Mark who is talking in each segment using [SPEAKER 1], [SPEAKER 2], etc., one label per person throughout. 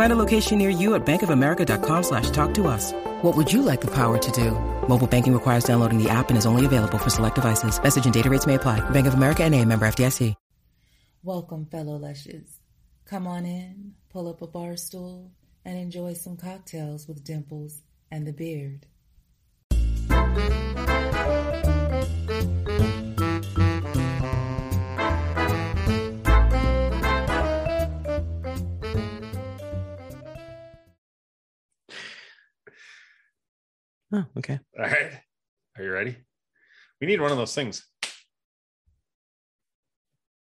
[SPEAKER 1] Find a location near you at bankofamerica.com slash talk to us. What would you like the power to do? Mobile banking requires downloading the app and is only available for select devices. Message and data rates may apply. Bank of America and a member FDIC.
[SPEAKER 2] Welcome, fellow lushes. Come on in, pull up a bar stool, and enjoy some cocktails with Dimples and the Beard.
[SPEAKER 3] Oh, okay.
[SPEAKER 4] All right. Are you ready? We need one of those things.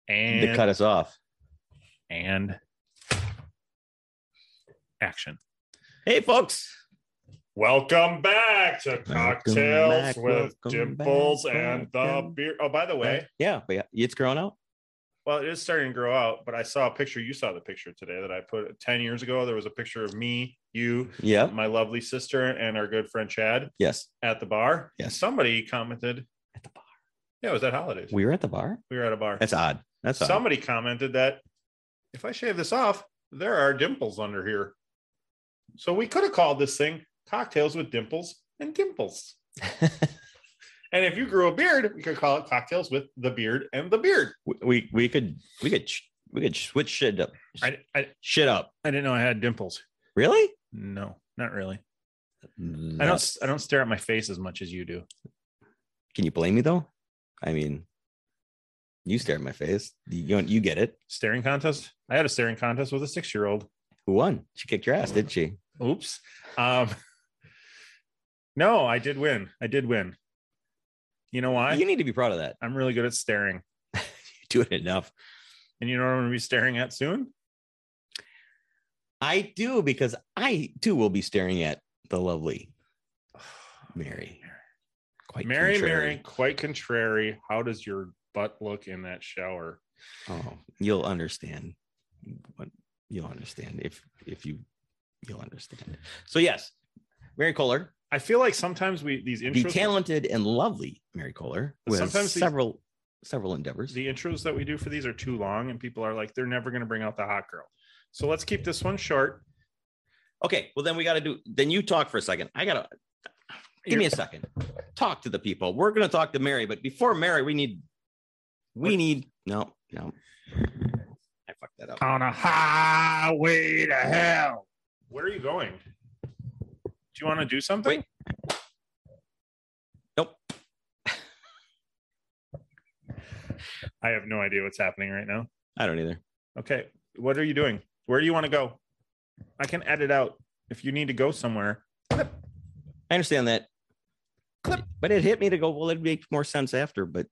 [SPEAKER 4] And
[SPEAKER 3] They cut us off.
[SPEAKER 4] and action.
[SPEAKER 3] Hey, folks.
[SPEAKER 4] Welcome back to
[SPEAKER 3] Welcome
[SPEAKER 4] Cocktails
[SPEAKER 3] back,
[SPEAKER 4] with
[SPEAKER 3] welcome
[SPEAKER 4] Dimples
[SPEAKER 3] back,
[SPEAKER 4] and the
[SPEAKER 3] welcome
[SPEAKER 4] Beer. Oh, by the way,
[SPEAKER 3] Yeah, but yeah, it's grown out.
[SPEAKER 4] well, it is starting to grow out, but I saw a picture. You saw the picture today that I put 10 years ago. There was a picture of me, you,
[SPEAKER 3] Yeah.
[SPEAKER 4] my lovely sister, and our good friend Chad
[SPEAKER 3] Yes.
[SPEAKER 4] at the bar.
[SPEAKER 3] Yes.
[SPEAKER 4] Somebody commented
[SPEAKER 3] At the bar.
[SPEAKER 4] Yeah, it was at holidays. We,
[SPEAKER 3] We were at the bar.
[SPEAKER 4] were at a bar.
[SPEAKER 3] That's odd. That's odd.
[SPEAKER 4] Somebody commented that if I shave this off, there are dimples under here. So we could have called this thing cocktails with dimples and dimples. And if you grew a beard, we could call it cocktails with the beard and the beard.
[SPEAKER 3] We- we we could we could sh- we could switch shit up.
[SPEAKER 4] I, I,
[SPEAKER 3] Shit up.
[SPEAKER 4] I didn't know I had dimples.
[SPEAKER 3] Really?
[SPEAKER 4] No, not really. I
[SPEAKER 3] No.
[SPEAKER 4] don't I don't stare at my face as much as you do.
[SPEAKER 3] Can you blame me though? I mean, you stare at my face. You don't, you get it.
[SPEAKER 4] Staring contest. I had a staring contest with a six year old.
[SPEAKER 3] Who won? She kicked your ass, didn't she?
[SPEAKER 4] Oops. Um, no, I did win. I did win. You know why?
[SPEAKER 3] you need to be proud of that.
[SPEAKER 4] I'm really good at staring.
[SPEAKER 3] You do it enough.
[SPEAKER 4] And you know what I'm going to be staring at soon?
[SPEAKER 3] I do because I too will be staring at the lovely Mary. Quite
[SPEAKER 4] Mary,
[SPEAKER 3] contrary.
[SPEAKER 4] Mary, quite contrary. How does your butt look in that shower?
[SPEAKER 3] Oh, you'll understand. What you'll understand if if you you'll understand. So yes, Mary Kohler,
[SPEAKER 4] I feel like sometimes we these
[SPEAKER 3] the
[SPEAKER 4] intros,
[SPEAKER 3] talented and lovely Mary Kohler, with
[SPEAKER 4] Sometimes these-
[SPEAKER 3] several several endeavors.
[SPEAKER 4] the intros that we do for these are too long, and people are like, they're never going to bring out the hot girl. So let's keep this one short.
[SPEAKER 3] okay, well then we got to do. Then you talk for a second. I gotta give me a second. Talk to the people. We're gonna talk to Mary, but before Mary, we need we need no no. I fucked that up.
[SPEAKER 4] On a highway to hell. Where are you going? Do you want to do something?
[SPEAKER 3] Wait. Nope.
[SPEAKER 4] I have no idea what's happening right now.
[SPEAKER 3] I don't either.
[SPEAKER 4] Okay. What are you doing? Where do you want to go? I can edit out if you need to go somewhere.
[SPEAKER 3] I understand that. Clip. But it hit me to go. Well, it makes more sense after. But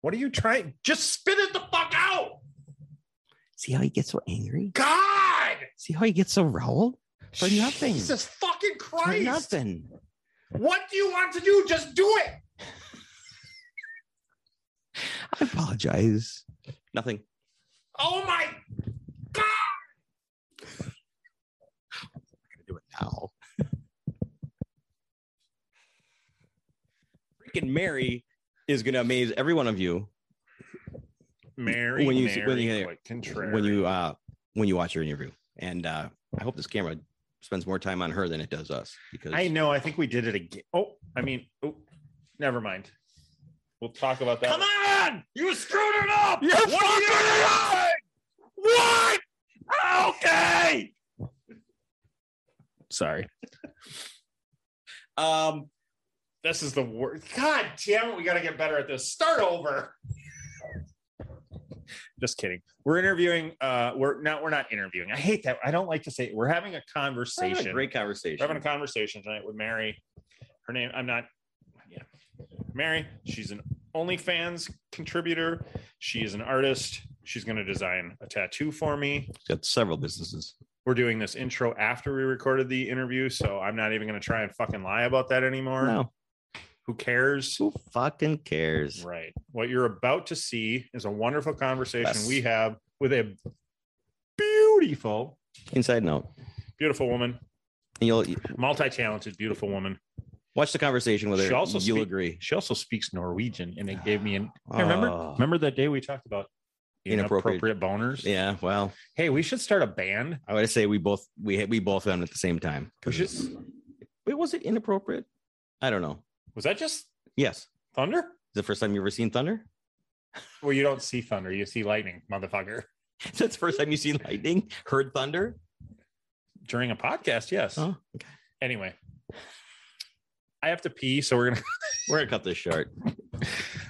[SPEAKER 4] What are you trying? Just spit it the fuck out.
[SPEAKER 3] see how he gets so angry.
[SPEAKER 4] God.
[SPEAKER 3] See how he gets so riled for nothing.
[SPEAKER 4] Jesus fucking
[SPEAKER 3] For
[SPEAKER 4] Christ.
[SPEAKER 3] nothing.
[SPEAKER 4] What do you want to do? Just do it.
[SPEAKER 3] I apologize. Nothing.
[SPEAKER 4] Oh my God.
[SPEAKER 3] I'm gonna do it now. Freaking Mary is gonna amaze every one of you
[SPEAKER 4] Mary,
[SPEAKER 3] When you-
[SPEAKER 4] Mary,
[SPEAKER 3] when you-
[SPEAKER 4] quite contrary.
[SPEAKER 3] when you uh when you watch her interview. And uh I hope this camera spends more time on her than it does us because
[SPEAKER 4] I know. I think we did it again. Oh, I mean, oh, never mind. We'll talk about that. Come on! You screwed it up. You're what are you doing? What? Okay. Sorry.
[SPEAKER 3] Um,
[SPEAKER 4] This is the worst. God damn it, we got to get better at this. Start over. Just kidding. We're interviewing. Uh, we're not. We're not interviewing. I hate that. I don't like to say. It. We're having a
[SPEAKER 3] We're having
[SPEAKER 4] conversation.
[SPEAKER 3] a great conversation.
[SPEAKER 4] We're having a conversation tonight with Mary. Her name, I'm not, yeah. Mary, she's an OnlyFans contributor. She is an artist. She's going to design a tattoo for me.
[SPEAKER 3] Got several businesses.
[SPEAKER 4] We're doing this intro after we recorded the interview. So I'm not even going to try and fucking lie about that anymore.
[SPEAKER 3] No,
[SPEAKER 4] Who cares?
[SPEAKER 3] who fucking cares?
[SPEAKER 4] Right. What you're about to see is a wonderful conversation
[SPEAKER 3] Yes.
[SPEAKER 4] we have with a beautiful,
[SPEAKER 3] Inside note.
[SPEAKER 4] beautiful woman,
[SPEAKER 3] And you'll
[SPEAKER 4] multi talented, beautiful woman.
[SPEAKER 3] watch the conversation with her.
[SPEAKER 4] She also
[SPEAKER 3] you'll
[SPEAKER 4] speak-
[SPEAKER 3] agree.
[SPEAKER 4] She also speaks Norwegian, and it gave me an. Hey, remember,
[SPEAKER 3] Oh.
[SPEAKER 4] remember that day we talked about
[SPEAKER 3] Inappropriate.
[SPEAKER 4] inappropriate, boners.
[SPEAKER 3] Yeah, well,
[SPEAKER 4] Hey, we should start a band.
[SPEAKER 3] I would say we both we we both done at the same time.
[SPEAKER 4] We
[SPEAKER 3] 'Cause
[SPEAKER 4] should.
[SPEAKER 3] it's- Wait, was it inappropriate? I don't know.
[SPEAKER 4] Was that just
[SPEAKER 3] Yes,
[SPEAKER 4] thunder?
[SPEAKER 3] the first time you ever seen thunder.
[SPEAKER 4] Well, you don't see thunder, you see lightning, motherfucker.
[SPEAKER 3] That's the first time you seen lightning, heard thunder.
[SPEAKER 4] During a podcast, yes.
[SPEAKER 3] Oh, okay.
[SPEAKER 4] Anyway, I have to pee, so we're gonna.
[SPEAKER 3] We're gonna cut this short.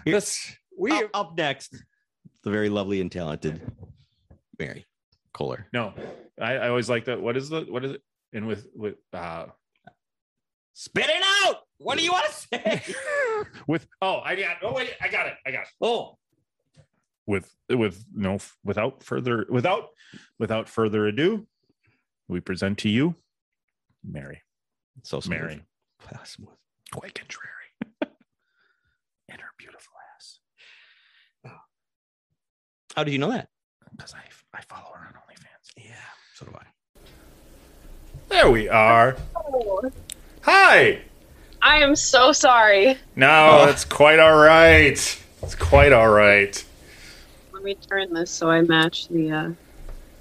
[SPEAKER 4] This we
[SPEAKER 3] Up, up next, the very lovely and talented Mary Kohler.
[SPEAKER 4] no. I, I always like that. What is the what is it? And with with uh
[SPEAKER 3] Spit it out. What do you want to say?
[SPEAKER 4] with oh I got oh wait I got it I got it.
[SPEAKER 3] oh,
[SPEAKER 4] with with no without further without without further ado we present to you mary
[SPEAKER 3] so smooth.
[SPEAKER 4] Mary.
[SPEAKER 3] Wow, smooth.
[SPEAKER 4] quite contrary and her beautiful ass
[SPEAKER 3] How did you know that?
[SPEAKER 4] because i i follow her on onlyfans
[SPEAKER 3] Yeah, so do I.
[SPEAKER 4] there we are hi
[SPEAKER 5] I am so sorry.
[SPEAKER 4] no
[SPEAKER 3] Oh.
[SPEAKER 4] it's quite all right it's quite all right
[SPEAKER 5] Let me turn this so I match the uh,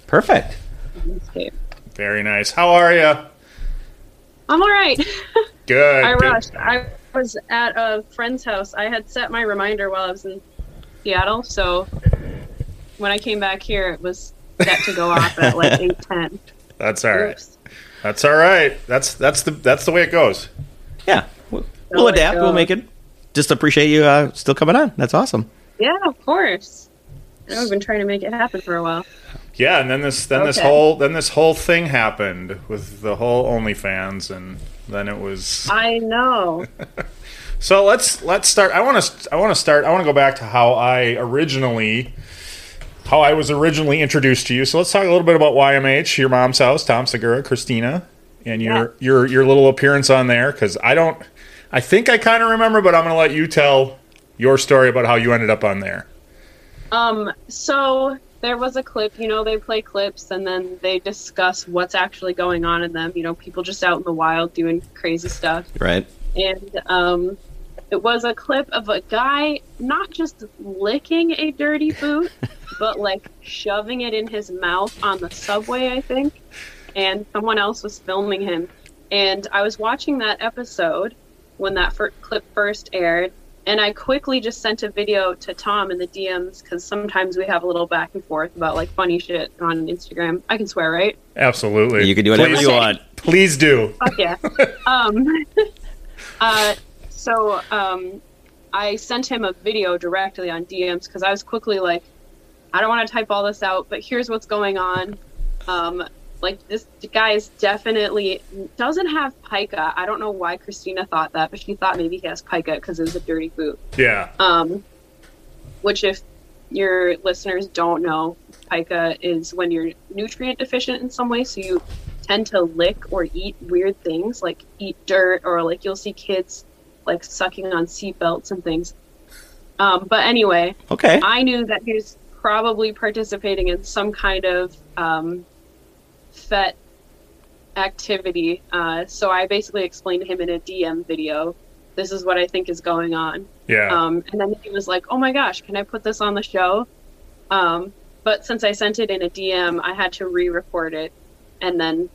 [SPEAKER 3] Perfect.
[SPEAKER 5] landscape.
[SPEAKER 4] very nice how are you
[SPEAKER 5] I'm all right.
[SPEAKER 4] good
[SPEAKER 5] I
[SPEAKER 4] good.
[SPEAKER 5] rushed. I was at a friend's house. I had set my reminder while I was in Seattle, so when I came back here, it was set to go off at like eight ten.
[SPEAKER 4] that's all right that's all right that's that's the that's the way it goes
[SPEAKER 3] Yeah, we'll,
[SPEAKER 5] Oh
[SPEAKER 3] we'll
[SPEAKER 5] my
[SPEAKER 3] adapt. We'll
[SPEAKER 5] God.
[SPEAKER 3] make it. Just appreciate you uh, still coming on. That's awesome.
[SPEAKER 5] Yeah, of course. I know I've been trying to make it happen for a while.
[SPEAKER 4] Yeah, and then this then this
[SPEAKER 5] Okay.
[SPEAKER 4] whole then this whole thing happened with the whole OnlyFans, and then it was.
[SPEAKER 5] I know.
[SPEAKER 4] So let's let's start. I want to I want to start. I want to go back to how I originally how I was originally introduced to you. So let's talk a little bit about YMH, your mom's house, Tom Segura, Christina, and your your your little appearance on there. Because I don't, I think I kind of remember, but I'm going to let you tell your story about how you ended up on there.
[SPEAKER 5] Um, so there was a clip, you know, they play clips and then they discuss what's actually going on in them, you know, people just out in the wild doing crazy stuff.
[SPEAKER 3] Right.
[SPEAKER 5] And um it was a clip of a guy not just licking a dirty boot, but like shoving it in his mouth on the subway, I think. And someone else was filming him. And I was watching that episode when that fir- clip first aired. And I quickly just sent a video to Tom in the DMs because sometimes we have a little back and forth about like funny shit on Instagram. I can swear, right?
[SPEAKER 4] Absolutely,
[SPEAKER 3] You can do whatever
[SPEAKER 4] Please,
[SPEAKER 3] you want.
[SPEAKER 4] Please do.
[SPEAKER 5] Fuck yeah. um, uh, so um, I sent him a video directly on DMs because I was quickly like, I don't want to type all this out, but here's what's going on. Um, like this guy is definitely doesn't have pica. I don't know why Christina thought that, but she thought maybe he has pica because it was a dirty boot.
[SPEAKER 4] Yeah,
[SPEAKER 5] Um, which, if your listeners don't know, pica is when you're nutrient deficient in some way. So you tend to lick or eat weird things, like eat dirt, or like you'll see kids like sucking on seatbelts and things. Um, but anyway,
[SPEAKER 3] Okay.
[SPEAKER 5] I knew that he was probably participating in some kind of um, FET activity. Uh, so I basically explained to him in a DM video, this is what I think is going on.
[SPEAKER 4] yeah.
[SPEAKER 5] Um, and then he was like, "Oh my gosh, can I put this on the show?" Um, but since I sent it in a DM, I had to re-record it and then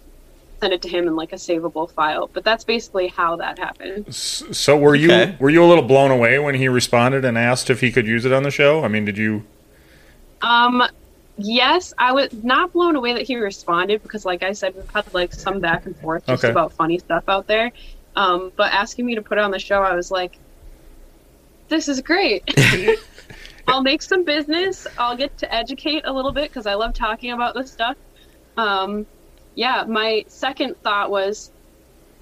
[SPEAKER 5] send it to him in like a savable file. But that's basically how that happened.
[SPEAKER 4] So were you
[SPEAKER 3] Okay.
[SPEAKER 4] were you a little blown away when he responded and asked if he could use it on the show? I mean, did you?
[SPEAKER 5] Um, yes, I was not blown away that he responded because, like I said, we've had like some back and forth just
[SPEAKER 4] Okay.
[SPEAKER 5] about funny stuff out there. Um, but asking me to put on the show, I was like, this is great. I'll make some business. I'll get to educate a little bit because I love talking about this stuff. Um, yeah, my second thought was,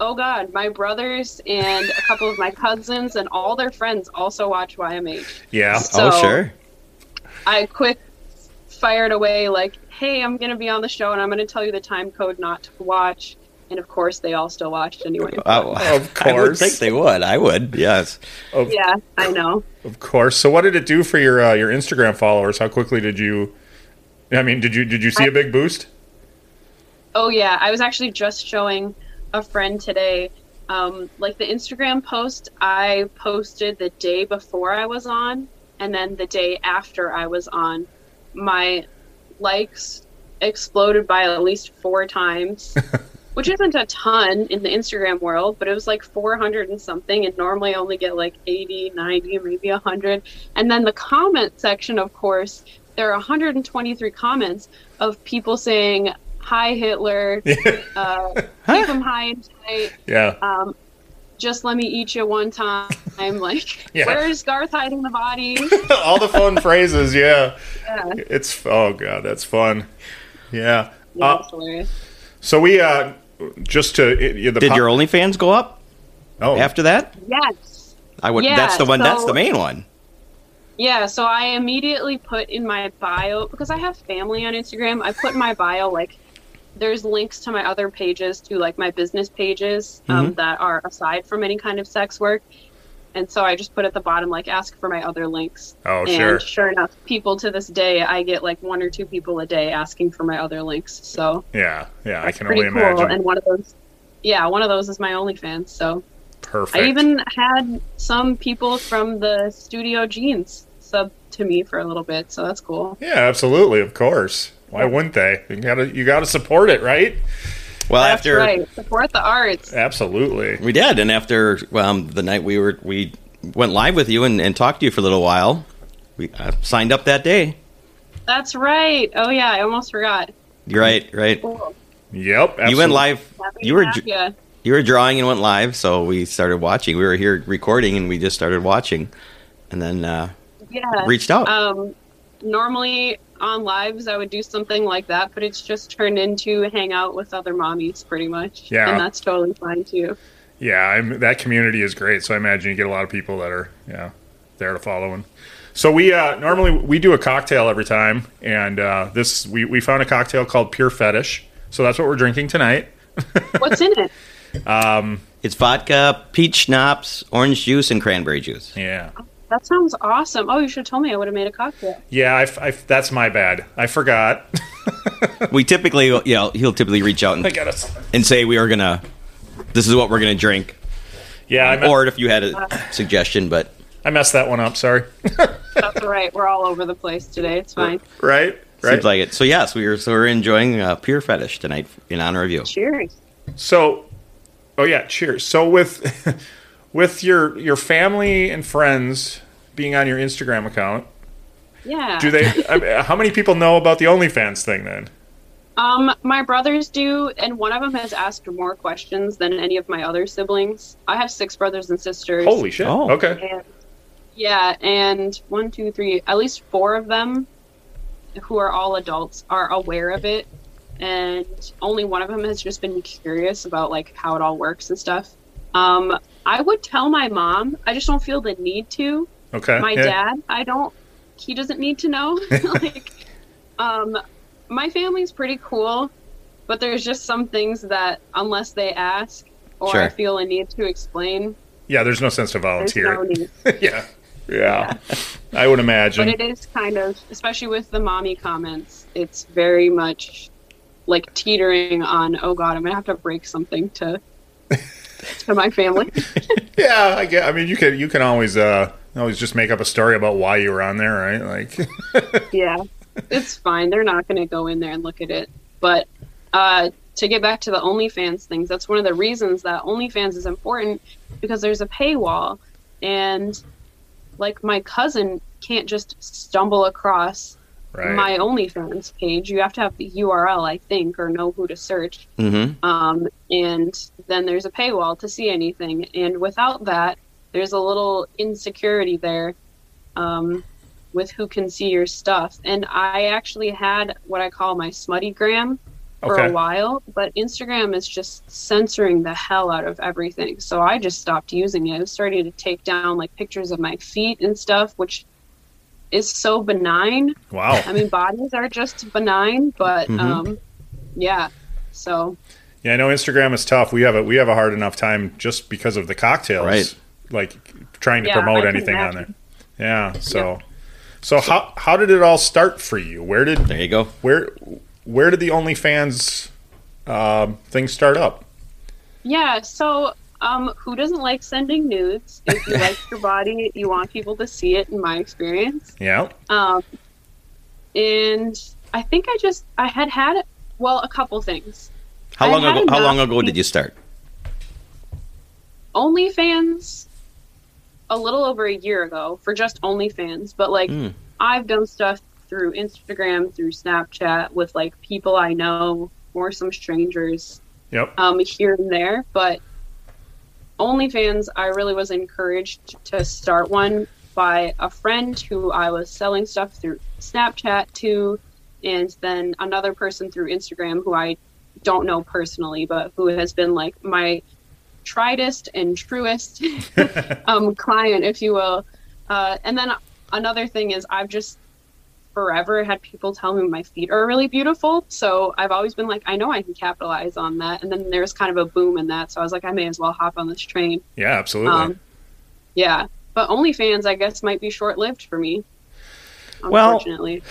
[SPEAKER 5] oh God, my brothers and a couple of my cousins and all their friends also watch YMH.
[SPEAKER 4] Yeah.
[SPEAKER 5] So-
[SPEAKER 3] oh, sure.
[SPEAKER 5] I quick fired away like, "Hey, I'm gonna be on the show, and I'm gonna tell you the time code not to watch." And of course, they all still watched anyway.
[SPEAKER 3] Oh,
[SPEAKER 4] Of
[SPEAKER 3] I would
[SPEAKER 4] course.
[SPEAKER 3] think they would. I would. Yes.
[SPEAKER 4] Of,
[SPEAKER 5] Yeah, I know.
[SPEAKER 4] of course. So what did it do for your uh, your Instagram followers? How quickly did you I mean, did you did you see a big boost?
[SPEAKER 5] Oh yeah, I was actually just showing a friend today. Um, like the Instagram post I posted the day before I was on, and then the day after I was on, my likes exploded by at least four times, which isn't a ton in the Instagram world, but it was like 400 and something, and normally I only get like 80, 90, maybe 100. And then the comment section, of course, there are 123 comments of people saying, Hi, Hitler. Uh, keep him high and tight.
[SPEAKER 4] Yeah.
[SPEAKER 5] Um, just let me eat you one time. I'm like,
[SPEAKER 4] Yeah.
[SPEAKER 5] where's Garth hiding the body?
[SPEAKER 4] All the fun phrases, yeah.
[SPEAKER 5] Yeah.
[SPEAKER 4] It's oh god, that's fun. Yeah.
[SPEAKER 5] Yeah,
[SPEAKER 4] Uh,
[SPEAKER 5] it's hilarious.
[SPEAKER 4] so we uh just to it, the
[SPEAKER 3] Did
[SPEAKER 4] po-
[SPEAKER 3] your OnlyFans go up
[SPEAKER 4] oh,
[SPEAKER 3] after that?
[SPEAKER 5] Yes.
[SPEAKER 3] I would.
[SPEAKER 5] Yeah,
[SPEAKER 3] that's the one. that's
[SPEAKER 5] so-
[SPEAKER 3] the main one.
[SPEAKER 5] Yeah, so I immediately put in my bio because I have family on Instagram. I put in my bio like there's links to my other pages to like my business pages um,
[SPEAKER 4] Mm-hmm.
[SPEAKER 5] that are aside from any kind of sex work. And so I just put at the bottom like ask for my other links.
[SPEAKER 4] Oh,
[SPEAKER 5] and
[SPEAKER 4] sure.
[SPEAKER 5] sure enough, people to this day I get like one or two people a day asking for my other links. So
[SPEAKER 4] yeah, yeah, I can
[SPEAKER 5] pretty
[SPEAKER 4] only
[SPEAKER 5] cool.
[SPEAKER 4] imagine.
[SPEAKER 5] And one of those yeah, one of those is my OnlyFans. So
[SPEAKER 4] Perfect.
[SPEAKER 5] I even had some people from the Studio Jeans sub to me for a little bit, so that's cool.
[SPEAKER 4] Yeah, absolutely, of course. Why wouldn't they? You gotta you gotta support it, right?
[SPEAKER 3] Well,
[SPEAKER 5] That's
[SPEAKER 3] after
[SPEAKER 5] right. Support the arts.
[SPEAKER 4] Absolutely.
[SPEAKER 3] we did, and after um, the night we were we went live with you and, and talked to you for a little while, we uh, signed up that day.
[SPEAKER 5] That's right. Oh yeah, I almost forgot.
[SPEAKER 3] You're right. Right.
[SPEAKER 5] Cool.
[SPEAKER 4] Yep. Absolutely.
[SPEAKER 3] You went live.
[SPEAKER 5] Mm-hmm. Happy
[SPEAKER 3] You
[SPEAKER 5] to
[SPEAKER 3] were.
[SPEAKER 5] have ya.
[SPEAKER 3] you were drawing and went live so we started watching we were here recording and we just started watching and then uh,
[SPEAKER 5] yeah.
[SPEAKER 3] reached out
[SPEAKER 5] Um, normally on lives I would do something like that, but it's just turned into hang out with other mommies pretty much.
[SPEAKER 4] Yeah.
[SPEAKER 5] And that's totally fine too.
[SPEAKER 4] Yeah, I'm, that community is great. So I imagine you get a lot of people that are yeah there to follow. And so we uh, normally we do a cocktail every time, and uh, this we we found a cocktail called Pure Fetish. So that's what we're drinking tonight.
[SPEAKER 5] What's in it?
[SPEAKER 3] it's vodka peach schnapps orange juice and cranberry juice
[SPEAKER 4] Yeah.
[SPEAKER 5] That sounds awesome. Oh, you should have told me I would have made a cocktail.
[SPEAKER 4] Yeah, I f I f that's my bad. I forgot.
[SPEAKER 3] we typically you know he'll typically reach out
[SPEAKER 4] I
[SPEAKER 3] and,
[SPEAKER 4] got us.
[SPEAKER 3] and say we are gonna this is what we're gonna drink
[SPEAKER 4] Yeah, I, me-
[SPEAKER 3] or if you had a suggestion but
[SPEAKER 4] I messed that one up. Sorry.
[SPEAKER 5] That's all right. We're all over the place today. It's fine.
[SPEAKER 4] right. Right.
[SPEAKER 3] seems like it so yes we are so we're enjoying uh, pure fetish tonight in honor of you
[SPEAKER 5] Cheers.
[SPEAKER 4] So, oh yeah, cheers. So with with your your family and friends being on your Instagram account,
[SPEAKER 5] Yeah.
[SPEAKER 4] do they? I mean, how many people know about the OnlyFans thing then?
[SPEAKER 5] Um, my brothers do, and one of them has asked more questions than any of my other siblings. I have six brothers and sisters.
[SPEAKER 4] Holy shit!
[SPEAKER 3] Oh.
[SPEAKER 4] Okay,
[SPEAKER 5] And, yeah, and one, two, three, at least four of them, who are all adults, are aware of it, and only one of them has just been curious about like how it all works and stuff. Um, I would tell my mom. I just don't feel the need to
[SPEAKER 4] okay.
[SPEAKER 5] my
[SPEAKER 4] yeah.
[SPEAKER 5] dad i don't he doesn't need to know like um my family's pretty cool but there's just some things that unless they ask or i
[SPEAKER 3] Sure.
[SPEAKER 5] feel a need to explain
[SPEAKER 4] Yeah, there's no sense to
[SPEAKER 5] there's
[SPEAKER 4] volunteer.
[SPEAKER 5] no need
[SPEAKER 4] yeah. yeah, I would
[SPEAKER 5] but
[SPEAKER 4] imagine.
[SPEAKER 5] it is kind of especially with the mommy comments it's very much like teetering on oh god i'm gonna have to break something to to my family
[SPEAKER 4] yeah, I get. I mean, you can you can always uh always just make up a story about why you were on there, right? Like,
[SPEAKER 5] yeah it's fine they're not going to go in there and look at it but uh, to get back to the onlyfans things that's one of the reasons that onlyfans is important because there's a paywall and like my cousin can't just stumble across
[SPEAKER 4] Right.
[SPEAKER 5] my OnlyFans page. You have to have the URL, I think, or know who to search.
[SPEAKER 3] Mm-hmm.
[SPEAKER 5] Um, and then there's a paywall to see anything. And without that, there's a little insecurity there um, with who can see your stuff. And I actually had what I call my smutty gram for
[SPEAKER 6] Okay.
[SPEAKER 5] a while, but Instagram is just censoring the hell out of everything. So I just stopped using it. I was starting to take down like pictures of my feet and stuff, which is so benign.
[SPEAKER 4] Wow.
[SPEAKER 5] I mean, bodies are just benign, but
[SPEAKER 3] Mhm.
[SPEAKER 5] um, yeah. So
[SPEAKER 4] Yeah, I know Instagram is tough. We have a we have a hard enough time just because of the cocktails,
[SPEAKER 3] Right.
[SPEAKER 4] Like trying to
[SPEAKER 5] Yeah, I
[SPEAKER 4] promote
[SPEAKER 5] can
[SPEAKER 4] anything on there.
[SPEAKER 5] imagine.
[SPEAKER 4] Yeah. So, so how how did it all start for you? Where did
[SPEAKER 3] There you go.
[SPEAKER 4] where where did the OnlyFans um, thing start up?
[SPEAKER 5] yeah. So um, who doesn't like sending nudes? If you like your body, you want people to see it. In my experience.
[SPEAKER 4] Yeah.
[SPEAKER 5] um, and I think I just I had had well a couple things.
[SPEAKER 3] How
[SPEAKER 5] I uh,
[SPEAKER 3] long
[SPEAKER 5] had
[SPEAKER 3] ago? How
[SPEAKER 5] enough
[SPEAKER 3] long ago
[SPEAKER 5] people-
[SPEAKER 3] did you start?
[SPEAKER 5] OnlyFans a little over a year ago for just OnlyFans, but like
[SPEAKER 3] Mm.
[SPEAKER 5] I've done stuff through Instagram, through Snapchat with like people I know or some strangers
[SPEAKER 4] Yep.
[SPEAKER 5] um, here and there. But OnlyFans, I really was encouraged to start one by a friend who I was selling stuff through Snapchat to, and then another person through Instagram who I don't know personally, but who has been like my triedest and truest um, client, if you will. Uh, and then another thing is I've just forever had people tell me my feet are really beautiful. So I've always been like, I know I can capitalize on that. And then there was kind of a boom in that. So I was like, I may as well hop on this train.
[SPEAKER 4] Yeah. Absolutely.
[SPEAKER 5] Um, yeah. But OnlyFans, I guess, might be short lived for me.
[SPEAKER 3] Well-
[SPEAKER 5] Unfortunately.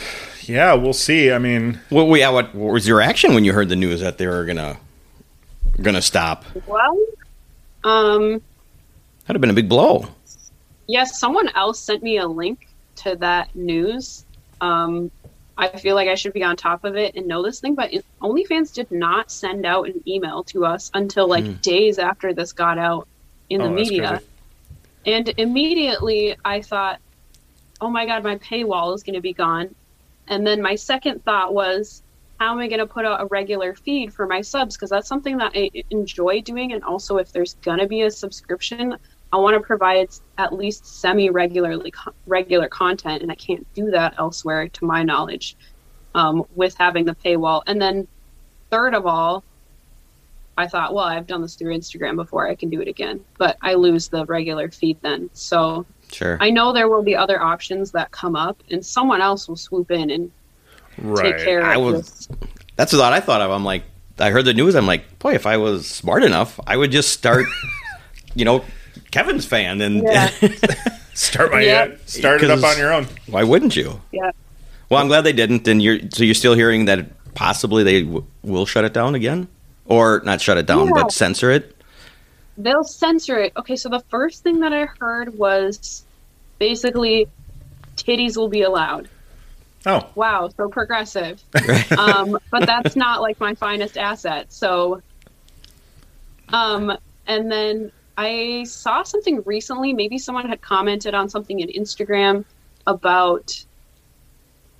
[SPEAKER 4] yeah. We'll see. I mean,
[SPEAKER 3] What, we- yeah, what, what was your action when you heard the news that they were gonna gonna stop?
[SPEAKER 5] Well, um,
[SPEAKER 3] That'd have been a big blow.
[SPEAKER 5] yes, someone else sent me a link to that news. Um, I feel like I should be on top of it and know this thing, but it- OnlyFans did not send out an email to us until like days after this got out in
[SPEAKER 4] Hmm. Oh,
[SPEAKER 5] the
[SPEAKER 4] that's
[SPEAKER 5] media. And immediately I thought, oh my God, my paywall is going to be gone. And then my second thought was, how am I going to put out a regular feed for my subs? Because that's something that I enjoy doing. And also, if there's going to be a subscription, I want to provide at least semi regularly regular content. And I can't do that elsewhere, to my knowledge, um, with having the paywall. And then, third of all, I thought, well, I've done this through Instagram before. I can do it again. But I lose the regular feed then. So
[SPEAKER 3] Sure.
[SPEAKER 5] I know there will be other options that come up, and someone else will swoop in and
[SPEAKER 4] right.
[SPEAKER 5] take care of
[SPEAKER 3] I will-
[SPEAKER 5] this.
[SPEAKER 3] That's what I thought of. I'm like, I heard the news. I'm like, boy, if I was smart enough, I would just start, you know, Kevin's fan, and
[SPEAKER 5] Yeah.
[SPEAKER 4] Start my
[SPEAKER 5] Yeah.
[SPEAKER 4] start it up
[SPEAKER 3] 'Cause-
[SPEAKER 4] on your own.
[SPEAKER 3] why wouldn't you?
[SPEAKER 5] Yeah.
[SPEAKER 3] Well, I'm glad they didn't. And you're so you're still hearing that possibly they w- will shut it down again, or not shut it down,
[SPEAKER 5] Yeah.
[SPEAKER 3] but censor it.
[SPEAKER 5] They'll censor it. Okay, so the first thing that I heard was basically titties will be allowed.
[SPEAKER 4] Oh.
[SPEAKER 5] Wow, so progressive. um, but that's not like my finest asset. So, um, and then I saw something recently. Maybe someone had commented on something in Instagram about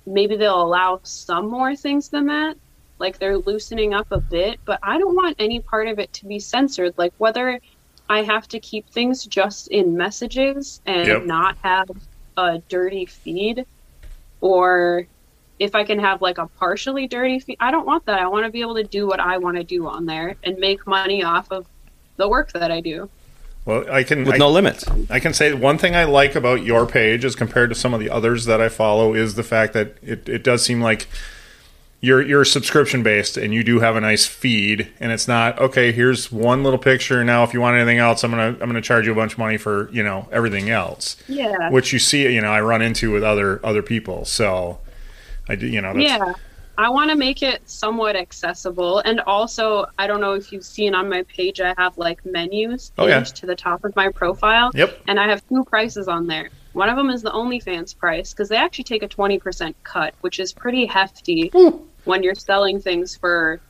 [SPEAKER 5] maybe they'll allow some more things than that. Like they're loosening up a bit, but I don't want any part of it to be censored. Like whether I have to keep things just in messages and
[SPEAKER 4] Yep.
[SPEAKER 5] not have a dirty feed or if I can have like a partially dirty fee, I don't want that. I want to be able to do what I want to do on there and make money off of the work that I do.
[SPEAKER 4] Well, I can
[SPEAKER 3] With
[SPEAKER 4] I-
[SPEAKER 3] no limits.
[SPEAKER 4] I can say one thing I like about your page as compared to some of the others that I follow is the fact that it, it does seem like you're you're subscription based and you do have a nice feed and it's not okay here's one little picture now if you want anything else I'm going to I'm going to charge you a bunch of money for you know everything else
[SPEAKER 5] Yeah.
[SPEAKER 4] which you see you know I run into with other other people so I do you know that's,
[SPEAKER 5] Yeah. I want to make it somewhat accessible. And also, I don't know if you've seen on my page, I have like menus
[SPEAKER 4] Oh, yeah.
[SPEAKER 5] pinned to the top of my profile.
[SPEAKER 4] Yep.
[SPEAKER 5] And I have two prices on there. One of them is the OnlyFans price because they actually take a 20% cut, which is pretty hefty when you're selling things for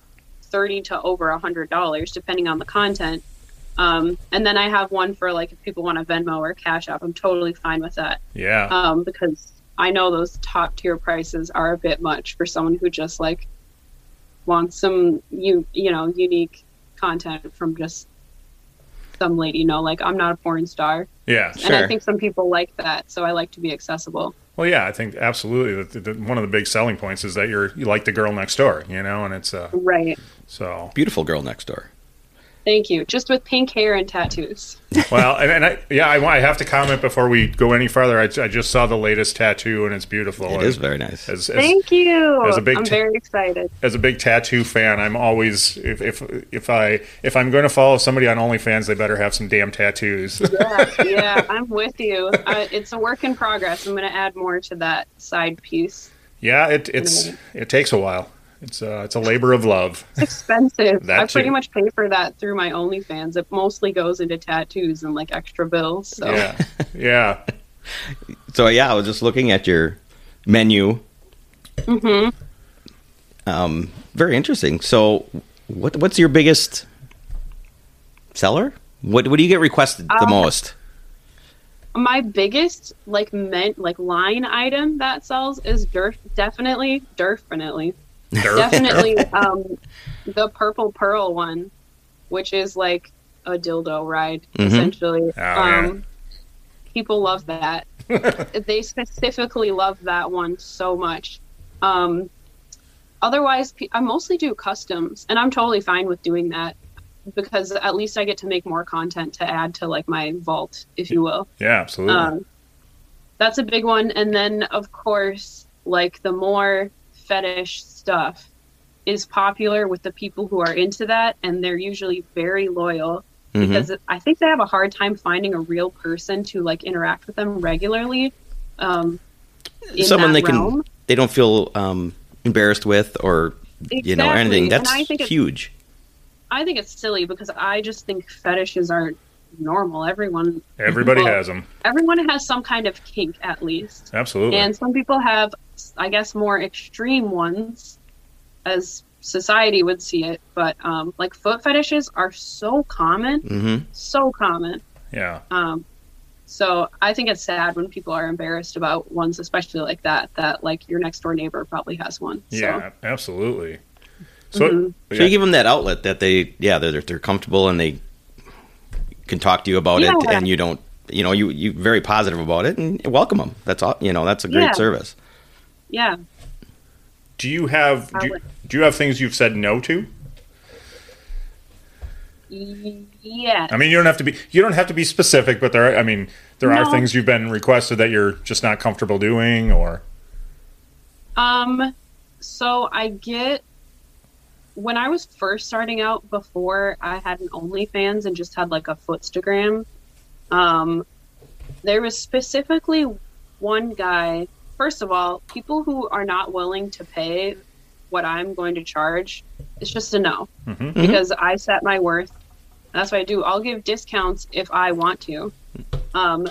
[SPEAKER 5] 30 to over $100, depending on the content. Um, and then I have one for like if people want to Venmo or Cash App, I'm totally fine with that
[SPEAKER 4] yeah
[SPEAKER 5] um, because I know those top tier prices are a bit much for someone who just like wants some you you know unique content from just some lady. You know, like I'm not a porn star,
[SPEAKER 4] Yeah.
[SPEAKER 5] and
[SPEAKER 3] Sure.
[SPEAKER 5] I think some people like that. So I like to be accessible.
[SPEAKER 4] Well, yeah, I think absolutely. that- that- that one of the big selling points is that you're you like the girl next door, you know, and it's uh,
[SPEAKER 5] Right.
[SPEAKER 4] so
[SPEAKER 3] Beautiful girl next door.
[SPEAKER 5] Thank you. Just with pink hair and tattoos.
[SPEAKER 4] well, and, and I yeah, I, wa- I have to comment before we go any further. I, I just saw the latest tattoo, and it's beautiful.
[SPEAKER 3] It
[SPEAKER 4] and
[SPEAKER 3] is very nice.
[SPEAKER 4] As, as,
[SPEAKER 5] Thank you.
[SPEAKER 4] as a big
[SPEAKER 5] I'm
[SPEAKER 4] t-
[SPEAKER 5] very excited.
[SPEAKER 4] as a big tattoo fan, I'm always if if if I if I'm going to follow somebody on OnlyFans, they better have some damn tattoos.
[SPEAKER 5] Yeah, yeah, I'm with you. Uh, it's a work in progress. I'm going to add more to that side piece.
[SPEAKER 4] yeah, it it's it takes a while. It's uh, it's a labor of love.
[SPEAKER 5] It's expensive.
[SPEAKER 4] That
[SPEAKER 5] I pretty
[SPEAKER 4] too.
[SPEAKER 5] much pay for that through my OnlyFans. It mostly goes into tattoos and like extra bills. So
[SPEAKER 4] Yeah, yeah.
[SPEAKER 3] So yeah, I was just looking at your menu. Mm-hmm. Um, very interesting. So what what's your biggest seller? What what do you get requested
[SPEAKER 5] Um,
[SPEAKER 3] the most?
[SPEAKER 5] my biggest like meant like line item that sells is derf- definitely definitely definitely um the purple pearl one, which is like a dildo ride essentially.
[SPEAKER 4] Oh, yeah.
[SPEAKER 5] um, people love that. they specifically love that one so much. Um, otherwise, pe- I mostly do customs, and I'm totally fine with doing that because at least I get to make more content to add to like my vault, if you will.
[SPEAKER 4] Yeah, absolutely.
[SPEAKER 5] Um, that's a big one. And then, of course, like the more fetish stuff is popular with the people who are into that, and they're usually very loyal
[SPEAKER 3] Mm-hmm.
[SPEAKER 5] because I think they have a hard time finding a real person to like interact with them regularly. Um, in
[SPEAKER 3] Someone
[SPEAKER 5] that
[SPEAKER 3] they can
[SPEAKER 5] realm.
[SPEAKER 3] they don't feel um, embarrassed with or you know or
[SPEAKER 5] Exactly.
[SPEAKER 3] anything.
[SPEAKER 5] And
[SPEAKER 3] That's
[SPEAKER 5] I think it's-
[SPEAKER 3] huge.
[SPEAKER 5] I think it's silly because I just think fetishes aren't normal. Everyone,
[SPEAKER 4] Everybody
[SPEAKER 5] well,
[SPEAKER 4] has them.
[SPEAKER 5] Everyone has some kind of kink, at least.
[SPEAKER 4] Absolutely.
[SPEAKER 5] And some people have, I guess, more extreme ones, as society would see it. But um, like foot fetishes are so common,
[SPEAKER 4] Hmm.
[SPEAKER 3] Mm-hmm.
[SPEAKER 5] so common.
[SPEAKER 4] yeah.
[SPEAKER 5] So I think it's sad when people are embarrassed about ones, especially like that. That like your next door neighbor probably has one.
[SPEAKER 4] Yeah, absolutely. So,
[SPEAKER 5] Mm-hmm.
[SPEAKER 3] So you give them that outlet that they yeah they're they're comfortable and they can talk to you about it
[SPEAKER 5] Yeah.
[SPEAKER 3] and you don't you know you you very positive about it and welcome them. That's all you know. That's a great
[SPEAKER 5] Yeah.
[SPEAKER 3] service.
[SPEAKER 5] So yeah,
[SPEAKER 4] do you have do you, do you have things you've said no to?
[SPEAKER 5] yeah.
[SPEAKER 4] I mean, you don't have to be you don't have to be specific, but there are, I mean, there are
[SPEAKER 5] No.
[SPEAKER 4] things you've been requested that you're just not comfortable doing or
[SPEAKER 5] Um, so I get when I was first starting out before I had an OnlyFans and just had like a Footstagram. Um, there was specifically one guy. First of all, people who are not willing to pay what I'm going to charge, it's just a no because I set my worth. That's what I do. I'll give discounts if I want to. Um,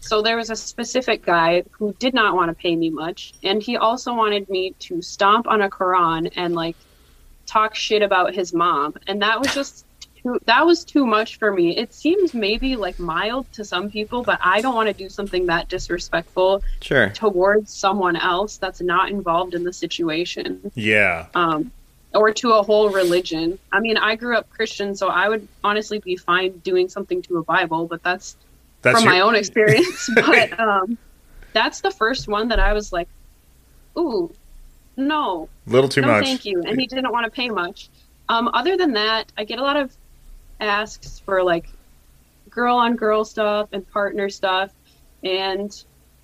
[SPEAKER 5] so there was a specific guy who did not want to pay me much, and he also wanted me to stomp on a Quran and like talk shit about his mom, and that was just too, that was too much for me. It seems maybe like mild to some people, but I don't want to do something that disrespectful
[SPEAKER 3] Sure.
[SPEAKER 5] towards someone else that's not involved in the situation
[SPEAKER 4] yeah.
[SPEAKER 5] um, or to a whole religion. I mean, I grew up Christian, so I would honestly be fine doing something to a Bible, but that's
[SPEAKER 4] That's
[SPEAKER 5] from
[SPEAKER 4] your-
[SPEAKER 5] my own experience. but um, that's the first one that I was like, ooh, no,
[SPEAKER 4] little too
[SPEAKER 5] no,
[SPEAKER 4] much.
[SPEAKER 5] thank you. And he didn't want to pay much. Um, other than that, I get a lot of asks for like girl on girl stuff and partner stuff. And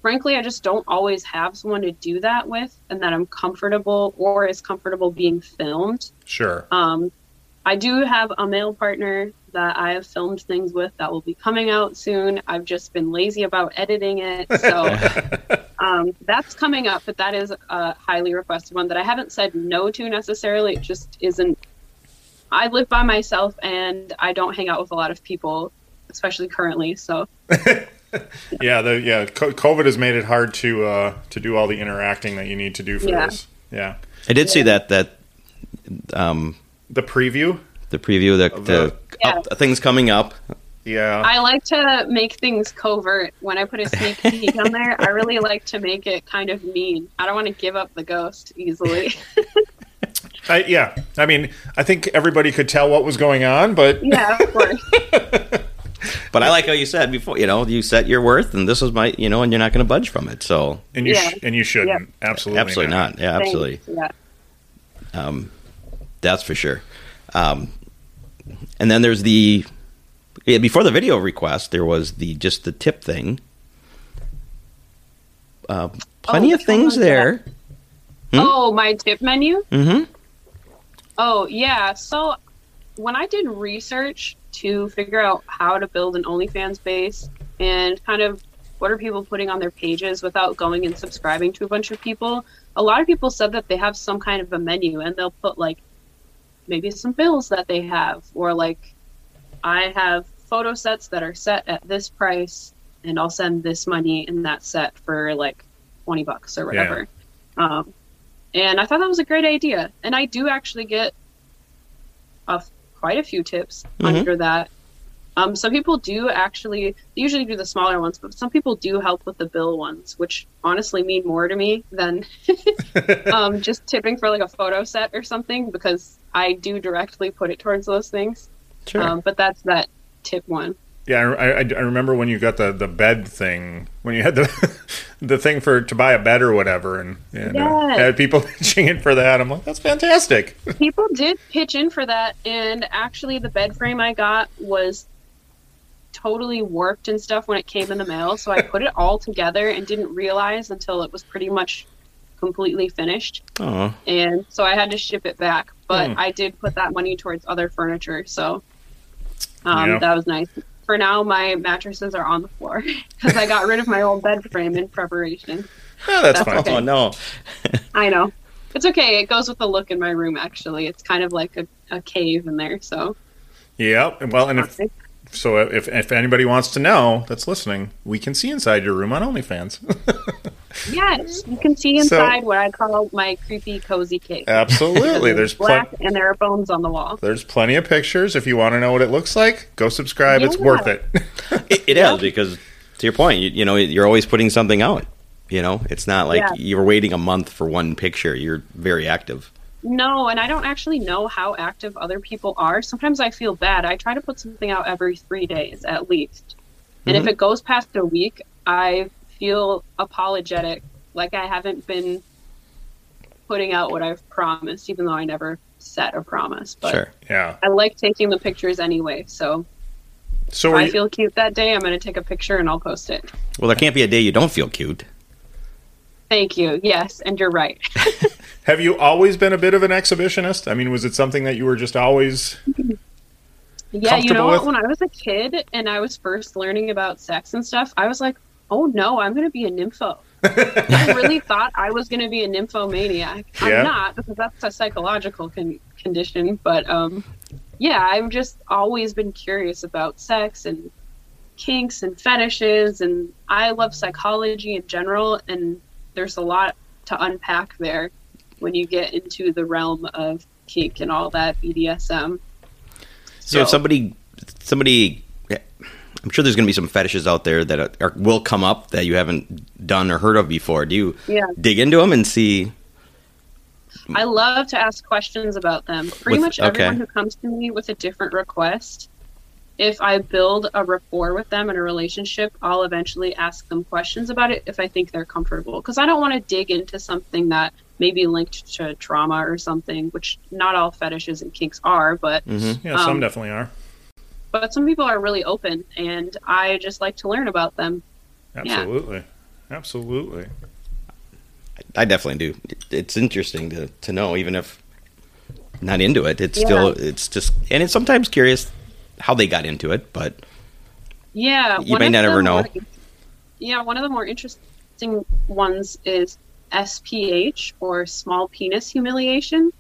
[SPEAKER 5] frankly, I just don't always have someone to do that with and that I'm comfortable or is comfortable being filmed.
[SPEAKER 4] Sure.
[SPEAKER 5] Um, I do have a male partner that I have filmed things with that will be coming out soon. I've just been lazy about editing it. So um, that's coming up, but that is a highly requested one that I haven't said no to necessarily. It just isn't. I live by myself and I don't hang out with a lot of people, especially currently. So
[SPEAKER 4] yeah, the yeah, co- COVID has made it hard to uh to do all the interacting that you need to do for
[SPEAKER 5] Yeah.
[SPEAKER 4] this. Yeah.
[SPEAKER 3] I did see that that um,
[SPEAKER 4] The preview?
[SPEAKER 3] the preview the, the,
[SPEAKER 5] Yeah.
[SPEAKER 3] up, things coming up
[SPEAKER 4] Yeah.
[SPEAKER 5] I like to make things covert. When I put a sneak peek on there, I really like to make it kind of mean. I don't want to give up the ghost easily.
[SPEAKER 4] I, yeah. I mean, I think everybody could tell what was going on, but
[SPEAKER 5] yeah, of course.
[SPEAKER 3] But I like how you said before, you know, you set your worth and this is my, you know, and you're not going to budge from it. So
[SPEAKER 4] and you
[SPEAKER 5] Yeah.
[SPEAKER 4] sh- and you shouldn't. Absolutely.
[SPEAKER 3] absolutely not. Yeah,
[SPEAKER 5] Thanks.
[SPEAKER 3] absolutely.
[SPEAKER 5] Yeah.
[SPEAKER 3] Um, that's for sure. Um, and then there's the, yeah, before the video request, there was the, just the tip thing. Uh, plenty
[SPEAKER 5] Oh,
[SPEAKER 3] of things
[SPEAKER 5] yeah.
[SPEAKER 3] there.
[SPEAKER 5] Oh, my tip menu?
[SPEAKER 3] Mm-hmm.
[SPEAKER 5] Oh, yeah. So when I did research to figure out how to build an OnlyFans base and kind of what are people putting on their pages without going and subscribing to a bunch of people, a lot of people said that they have some kind of a menu and they'll put like maybe some bills that they have or like I have photo sets that are set at this price and I'll send this money in that set for like 20 bucks or whatever. Um, and I thought that was a great idea. And I do actually get a, f- quite a few tips
[SPEAKER 3] Mhm.
[SPEAKER 5] under that. Um, some people do actually they usually do the smaller ones, but some people do help with the bill ones, which honestly mean more to me than um, just tipping for like a photo set or something because I do directly put it towards those things.
[SPEAKER 3] Sure.
[SPEAKER 5] Um, but that's that tip one.
[SPEAKER 4] Yeah, I, I, I remember when you got the, the bed thing when you had the the thing for to buy a bed or whatever, and, and uh,
[SPEAKER 5] Yes.
[SPEAKER 4] had people pitching in for that. I'm like, that's fantastic.
[SPEAKER 5] People did pitch in for that, and actually, the bed frame I got was totally warped and stuff when it came in the mail. So I put it all together and didn't realize until it was pretty much completely finished.
[SPEAKER 3] Oh,
[SPEAKER 5] And so I had to ship it back. But
[SPEAKER 4] Hmm.
[SPEAKER 5] I did put that money towards other furniture. So um,
[SPEAKER 4] Yeah.
[SPEAKER 5] that was nice. For now, my mattresses are on the floor because I got rid of my old bed frame in preparation.
[SPEAKER 4] Yeah, that's,
[SPEAKER 5] That's
[SPEAKER 4] fine.
[SPEAKER 5] okay.
[SPEAKER 3] oh no.
[SPEAKER 5] I know. It's okay. It goes with the look in my room, actually. It's kind of like a, a cave in there. So,
[SPEAKER 4] Yeah, and well, and if, so if if anybody wants to know that's listening, we can see inside your room on OnlyFans.
[SPEAKER 5] yes, you can see
[SPEAKER 4] So-
[SPEAKER 5] inside what I call my creepy, cozy cave.
[SPEAKER 4] Absolutely, there's plenty.
[SPEAKER 5] Black, and there are bones on the wall.
[SPEAKER 4] There's plenty of pictures. If you want to know what it looks like, go subscribe. It's
[SPEAKER 5] Yeah.
[SPEAKER 4] worth it.
[SPEAKER 3] It, it is because to your point, you, you know, you're always putting something out. You know, it's not like
[SPEAKER 5] Yeah.
[SPEAKER 3] you're waiting a month for one picture. You're very active.
[SPEAKER 5] No, and I don't actually know how active other people are. Sometimes I feel bad. I try to put something out every three days at least. And if it goes past a week, I feel apologetic, like I haven't been putting out what I've promised, even though I never set a promise. But
[SPEAKER 3] sure.
[SPEAKER 4] yeah.
[SPEAKER 5] I like taking the pictures anyway, so
[SPEAKER 4] So
[SPEAKER 5] if
[SPEAKER 4] are
[SPEAKER 5] I
[SPEAKER 4] you,
[SPEAKER 5] feel cute that day, I'm going to take a picture and I'll post it.
[SPEAKER 3] Well, there can't be a day you don't feel cute.
[SPEAKER 5] Thank you. Yes, and you're right.
[SPEAKER 4] have you always been a bit of an exhibitionist? I mean, was it something that you were just always?
[SPEAKER 5] Yeah, you know
[SPEAKER 4] Comfortable with-
[SPEAKER 5] what? When I was a kid and I was first learning about sex and stuff, I was like, oh no, I'm going to be a nympho. I really thought I was going to be a nymphomaniac.
[SPEAKER 4] Yeah.
[SPEAKER 5] I'm not because that's a psychological con- condition. But um, yeah, I've just always been curious about sex and kinks and fetishes. And I love psychology in general. And there's a lot to unpack there when you get into the realm of kink and all that BDSM.
[SPEAKER 3] So, if somebody, somebody, I'm sure there's going to be some fetishes out there that are, will come up that you haven't done or heard of before. Do you
[SPEAKER 5] Yeah.
[SPEAKER 3] dig into them and see?
[SPEAKER 5] I love to ask questions about them. Pretty
[SPEAKER 3] With-
[SPEAKER 5] much
[SPEAKER 3] okay.
[SPEAKER 5] everyone who comes to me with a different request, if I build a rapport with them in a relationship, I'll eventually ask them questions about it if I think they're comfortable. Because I don't want to dig into something that may be linked to trauma or something, which not all fetishes and kinks are, but
[SPEAKER 3] Mm-hmm.
[SPEAKER 4] Yeah, some
[SPEAKER 5] Um,
[SPEAKER 4] definitely are.
[SPEAKER 5] but some people are really open, and I just like to learn about them.
[SPEAKER 4] Absolutely. Absolutely.
[SPEAKER 3] I definitely do. It- It's interesting to to know, even if not into it. It's
[SPEAKER 5] Yeah.
[SPEAKER 3] still, it's just, and it's sometimes curious how they got into it, but
[SPEAKER 5] Yeah,
[SPEAKER 3] You
[SPEAKER 5] one
[SPEAKER 3] may
[SPEAKER 5] of
[SPEAKER 3] not
[SPEAKER 5] the
[SPEAKER 3] ever know.
[SPEAKER 5] more- yeah, one of the more interesting ones is SPH or small penis humiliation,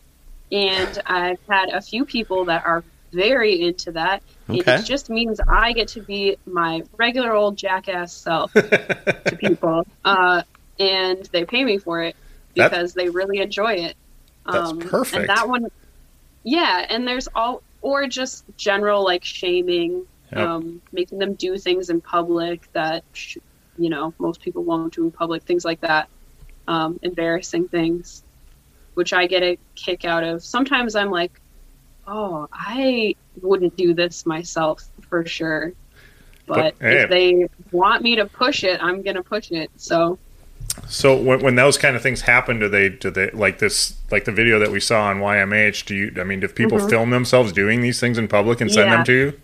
[SPEAKER 5] and I've had a few people that are very into that.
[SPEAKER 3] Okay.
[SPEAKER 5] It just means I get to be my regular old jackass self to people, uh, and they pay me for it
[SPEAKER 4] That-
[SPEAKER 5] because they really enjoy it. Um,
[SPEAKER 4] That's perfect.
[SPEAKER 5] And that one, yeah, and there's all or just general like shaming
[SPEAKER 4] Yep.
[SPEAKER 5] um, making them do things in public that sh- you know most people won't do in public, things like that, um, embarrassing things, which I get a kick out of. Sometimes I'm like, oh, I wouldn't do this myself for sure. But,
[SPEAKER 4] But, hey.
[SPEAKER 5] if they want me to push it, I'm gonna push it. So
[SPEAKER 4] So when, when those kind of things happen, do they do they like this like the video that we saw on YMH? Do you I mean, do people film themselves doing these things in public and send
[SPEAKER 5] Mm-hmm. Yeah.
[SPEAKER 4] them to you?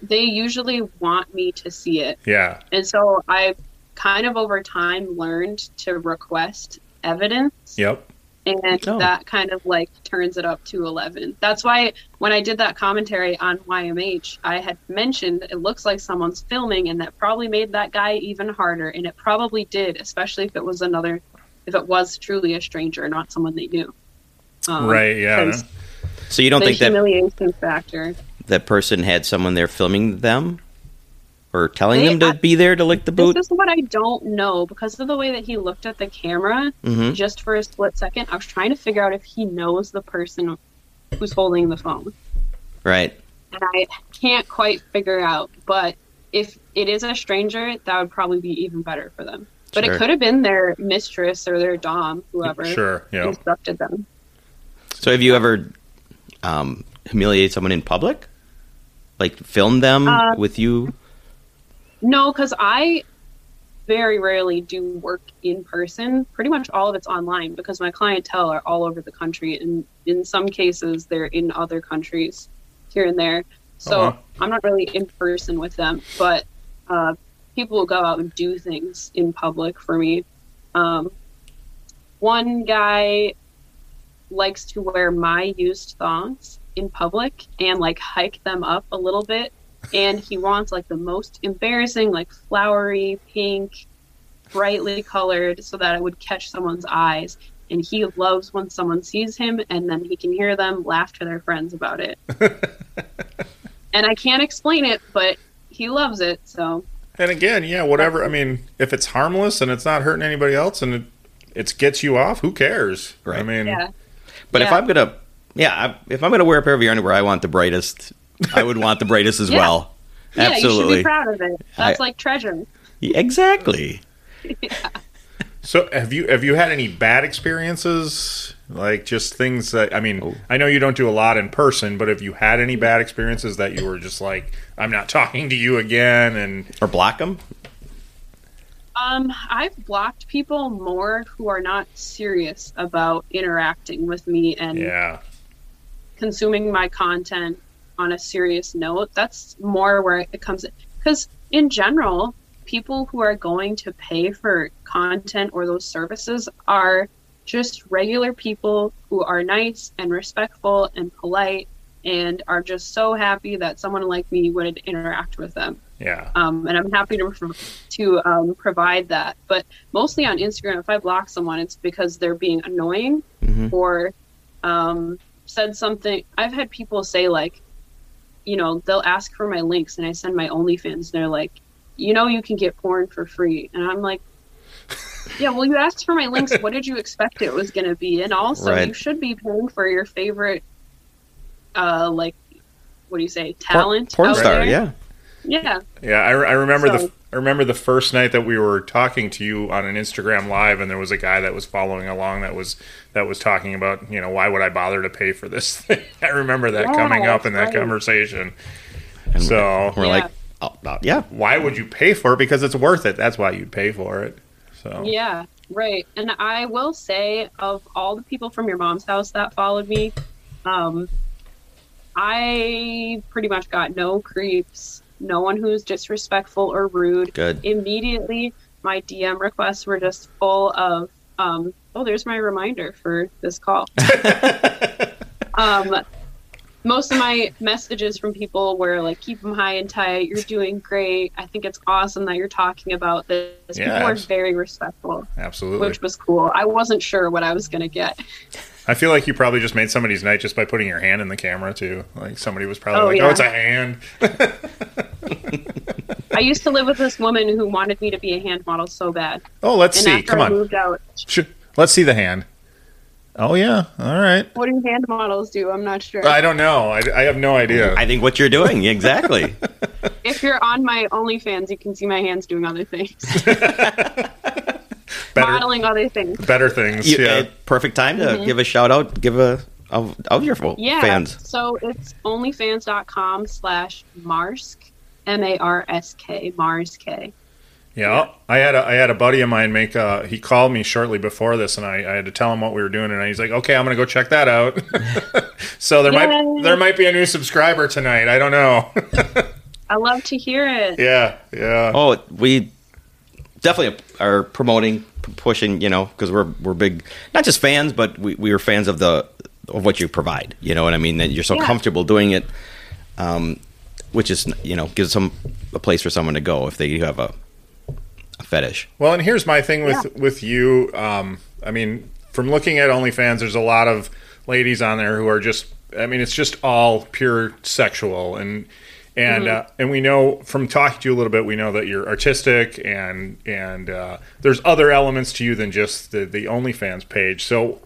[SPEAKER 5] they usually want me to see it.
[SPEAKER 4] Yeah,
[SPEAKER 5] And so I kind of over time learned to request evidence.
[SPEAKER 4] yep.
[SPEAKER 5] and
[SPEAKER 3] Oh.
[SPEAKER 5] that kind of like turns it up to 11 that's why when i did that commentary on ymh i had mentioned it looks like someone's filming and that probably made that guy even harder and it probably did especially if it was another if it was truly a stranger not someone they knew um,
[SPEAKER 4] Right, yeah.
[SPEAKER 5] because
[SPEAKER 3] So you don't
[SPEAKER 5] the
[SPEAKER 3] think that
[SPEAKER 5] humiliation factor
[SPEAKER 3] that person had someone there filming them or telling
[SPEAKER 5] They-
[SPEAKER 3] them to
[SPEAKER 5] I-
[SPEAKER 3] be there to lick the boot?
[SPEAKER 5] this is what i don't know because of the way that he looked at the camera
[SPEAKER 3] Mhm.
[SPEAKER 5] just for a split second i was trying to figure out if he knows the person who's holding the phone
[SPEAKER 3] Right.
[SPEAKER 5] and I can't quite figure out. But if it is a stranger, that would probably be even better for them. But
[SPEAKER 3] Sure.
[SPEAKER 5] it could have been their mistress or their dom, whoever
[SPEAKER 4] Sure, yeah.
[SPEAKER 5] instructed them.
[SPEAKER 3] So have you ever um, humiliated someone in public? Like filmed them
[SPEAKER 5] Uh,
[SPEAKER 3] with you?
[SPEAKER 5] No, because I very rarely do work in person. Pretty much all of it's online because my clientele are all over the country, and in some cases, they're in other countries here and there. So
[SPEAKER 4] Uh-huh.
[SPEAKER 5] I'm not really in person with them, but uh, people will go out and do things in public for me. Um, one guy likes to wear my used thongs in public and like hike them up a little bit and he wants like the most embarrassing like flowery pink brightly colored so that it would catch someone's eyes and he loves when someone sees him and then he can hear them laugh to their friends about it and i can't explain it but he loves it so
[SPEAKER 4] And again, yeah, whatever. I mean, if it's harmless and it's not hurting anybody else and it it gets you off, who cares? I
[SPEAKER 3] Right.
[SPEAKER 4] mean,
[SPEAKER 5] yeah
[SPEAKER 3] But if
[SPEAKER 5] yeah.
[SPEAKER 3] I'm gonna, yeah, I- if I'm gonna wear a pair of your underwear, I want the brightest. I would want the brightest as
[SPEAKER 5] Yeah.
[SPEAKER 3] well.
[SPEAKER 5] yeah you should
[SPEAKER 3] Absolutely.
[SPEAKER 5] be proud of it that's
[SPEAKER 3] I-
[SPEAKER 5] like treasure
[SPEAKER 3] exactly.
[SPEAKER 4] So have you have you had any bad experiences? Like just things that I mean, I know you don't do a lot in person, but have you had any bad experiences that you were just like, I'm not talking to you again and
[SPEAKER 3] Or block them.
[SPEAKER 5] Um, I've blocked people more who are not serious about interacting with me and
[SPEAKER 4] yeah.
[SPEAKER 5] consuming my content on a serious note. That's more where it comes because in general, people who are going to pay for content or those services are just regular people who are nice and respectful and polite and are just so happy that someone like me would interact with them
[SPEAKER 4] Yeah.
[SPEAKER 5] um, and I'm happy to to um, provide that. But mostly on Instagram, if I block someone, it's because they're being annoying
[SPEAKER 3] Mm-hmm.
[SPEAKER 5] or um, said something. I've had people say like, you know, they'll ask for my links, and I send my OnlyFans, and they're like, you know, you can get porn for free, and I'm like. Yeah, well, you asked for my links. What did you expect it was going to be? And also,
[SPEAKER 3] Right.
[SPEAKER 5] you should be paying for your favorite, uh, like, what do you say, talent?
[SPEAKER 3] porn
[SPEAKER 5] out
[SPEAKER 3] star.
[SPEAKER 5] there.
[SPEAKER 3] Yeah.
[SPEAKER 5] yeah.
[SPEAKER 4] Yeah, I, I remember the
[SPEAKER 5] So-
[SPEAKER 4] I remember the first night that we were talking to you on an Instagram live, and there was a guy that was following along that was that was talking about you know why would I bother to pay for this thing? I remember that
[SPEAKER 5] Yeah,
[SPEAKER 4] coming up in that
[SPEAKER 5] right.
[SPEAKER 4] conversation. So
[SPEAKER 3] We're
[SPEAKER 5] Yeah.
[SPEAKER 3] like, oh, oh, yeah.
[SPEAKER 4] why would you pay for it? Because it's worth it. That's why you'd pay for it. So
[SPEAKER 5] Yeah, right. And I will say, of all the people from your mom's house that followed me, um, I pretty much got no creeps, no one who's disrespectful or rude.
[SPEAKER 3] Good.
[SPEAKER 5] Immediately, my DM requests were just full of, um, oh, there's my reminder for this call. um, most of my messages from people were like, keep them high and tight. You're doing great. I think it's awesome that you're talking about this.
[SPEAKER 4] Yeah,
[SPEAKER 5] people are
[SPEAKER 4] abs-
[SPEAKER 5] very respectful,
[SPEAKER 4] absolutely.
[SPEAKER 5] which was cool. I wasn't sure what I was going to get.
[SPEAKER 4] I feel like you probably just made somebody's night just by putting your hand in the camera too. Like somebody was probably
[SPEAKER 5] Oh,
[SPEAKER 4] like, "Oh,
[SPEAKER 5] yeah.
[SPEAKER 4] it's a hand."
[SPEAKER 5] I used to live with this woman who wanted me to be a hand model so bad.
[SPEAKER 4] Oh, let's
[SPEAKER 5] And
[SPEAKER 4] see.
[SPEAKER 5] after
[SPEAKER 4] Come
[SPEAKER 5] I
[SPEAKER 4] on,
[SPEAKER 5] moved out,
[SPEAKER 4] Sh- let's see the hand. Oh yeah. All right.
[SPEAKER 5] What do hand models do? I'm not sure.
[SPEAKER 4] I don't know. I, I have no idea.
[SPEAKER 3] I think what you're doing exactly.
[SPEAKER 5] if you're on my OnlyFans, you can see my hands doing other things,
[SPEAKER 4] better
[SPEAKER 5] modeling other things.
[SPEAKER 4] better things.
[SPEAKER 3] You-
[SPEAKER 4] yeah.
[SPEAKER 3] uh, perfect time to give a shout out. Give a of, of your fo-
[SPEAKER 5] Mm-hmm. Yeah.
[SPEAKER 3] fans.
[SPEAKER 5] So it's onlyfans.com slash Marsk, M A R S K, Mars K.
[SPEAKER 4] Yeah, I had a I had a buddy of mine make. Uh, he called me shortly before this, and I, I had to tell him what we were doing, and he's like, "Okay, I'm gonna go check that out." so there might
[SPEAKER 5] Yay.
[SPEAKER 4] there might be a new subscriber tonight. I don't know.
[SPEAKER 5] I love to hear it.
[SPEAKER 4] yeah, yeah,
[SPEAKER 3] Oh, we definitely are promoting, p- pushing. You know, because we're we're big, not just fans, but we we are fans of the of what you provide. You know what I mean? That you're so
[SPEAKER 5] Yeah.
[SPEAKER 3] comfortable doing it, um, which is you know gives some a place for someone to go if they have a, a fetish.
[SPEAKER 4] Well, and here's my thing with with you. Um, I mean, from looking at OnlyFans, there's a lot of ladies on there who are just. I mean, it's just all pure sexual, and and
[SPEAKER 5] Mm-hmm.
[SPEAKER 4] uh, and we know from talking to you a little bit, we know that you're artistic, and and uh, there's other elements to you than just the the OnlyFans page. So.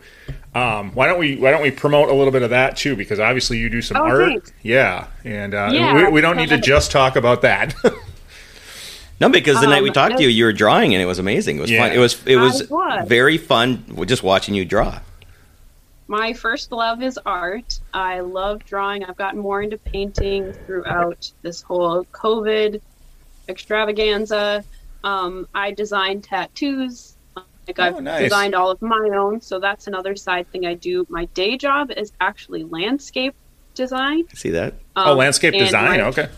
[SPEAKER 4] Um, why don't we why don't we promote a little bit of that too? Because obviously you do some
[SPEAKER 5] Oh,
[SPEAKER 4] art,
[SPEAKER 5] thanks.
[SPEAKER 4] yeah, and uh,
[SPEAKER 5] Yeah,
[SPEAKER 4] we, we don't need to
[SPEAKER 5] so-
[SPEAKER 4] just talk about that.
[SPEAKER 3] No, because the night we
[SPEAKER 5] Um,
[SPEAKER 3] talked to
[SPEAKER 5] no-
[SPEAKER 3] you, you were drawing and it was amazing. It was
[SPEAKER 4] Yeah.
[SPEAKER 3] fun. It was it was,
[SPEAKER 5] was.
[SPEAKER 3] very fun just watching you draw.
[SPEAKER 5] My first love is art. I love drawing. I've gotten more into painting throughout this whole COVID extravaganza. Um, I design tattoos. Like
[SPEAKER 4] Oh,
[SPEAKER 5] I've
[SPEAKER 4] nice.
[SPEAKER 5] designed all of my own, so that's another side thing I do. My day job is actually landscape design.
[SPEAKER 3] See that?
[SPEAKER 4] oh,
[SPEAKER 5] Um,
[SPEAKER 4] landscape
[SPEAKER 5] and
[SPEAKER 4] design,
[SPEAKER 5] my-
[SPEAKER 4] okay.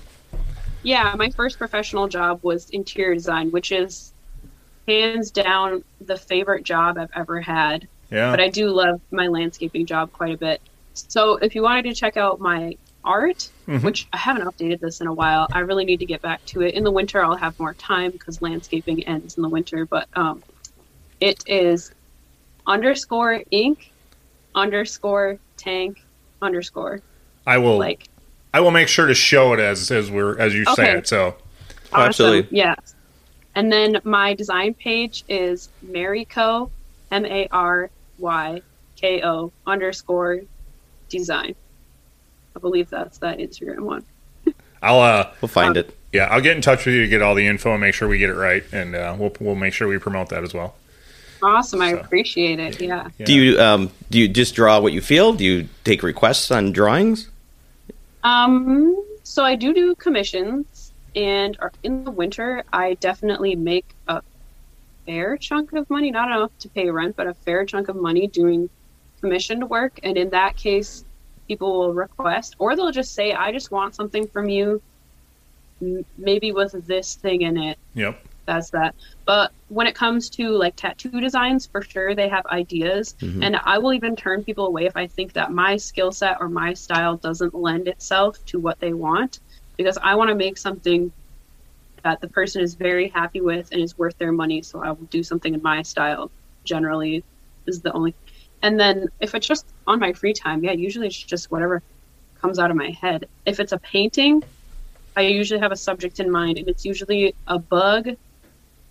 [SPEAKER 5] Yeah, my first professional job was interior design, which is hands down the favorite job I've ever had.
[SPEAKER 4] Yeah.
[SPEAKER 5] But I do love my landscaping job quite a bit. So if you wanted to check out my art, which I haven't updated this in a while, I really need to get back to it. In the winter, I'll have more time because landscaping ends in the winter. But um, it is underscore ink underscore tank underscore
[SPEAKER 4] I will
[SPEAKER 5] like
[SPEAKER 4] I will make sure to show it as as we're as you say
[SPEAKER 5] Okay.
[SPEAKER 4] it. So
[SPEAKER 3] Oh, absolutely.
[SPEAKER 5] Yeah. And then my design page is Maryko, M A R Y K O underscore design. I believe that's that Instagram one.
[SPEAKER 4] I'll uh
[SPEAKER 3] We'll
[SPEAKER 5] Um,
[SPEAKER 3] find it.
[SPEAKER 4] yeah I'll get in touch with you to get all the info and make sure we get it right, and uh, we'll we'll make sure we promote that as well.
[SPEAKER 5] Awesome. I
[SPEAKER 4] So-
[SPEAKER 5] appreciate it. Yeah.
[SPEAKER 4] Yeah.
[SPEAKER 3] Do you um do you just draw what you feel? Do you take requests on drawings?
[SPEAKER 5] Um, so I do do commissions, and uh, in the winter, I definitely make a fair chunk of money, not enough to pay rent, but a fair chunk of money doing commissioned work. And in that case, people will request, or they'll just say, I just want something from you, m- maybe with this thing in it
[SPEAKER 4] Yep.
[SPEAKER 5] that's that. But when it comes to like tattoo designs, for sure they have ideas, and I will even turn people away if I think that my skill set or my style doesn't lend itself to what they want, because I want to make something that the person is very happy with and is worth their money. So I will do something in my style. Generally, is the only. And then if it's just on my free time, yeah, usually it's just whatever comes out of my head. If it's a painting, I usually have a subject in mind, and it's usually a bug,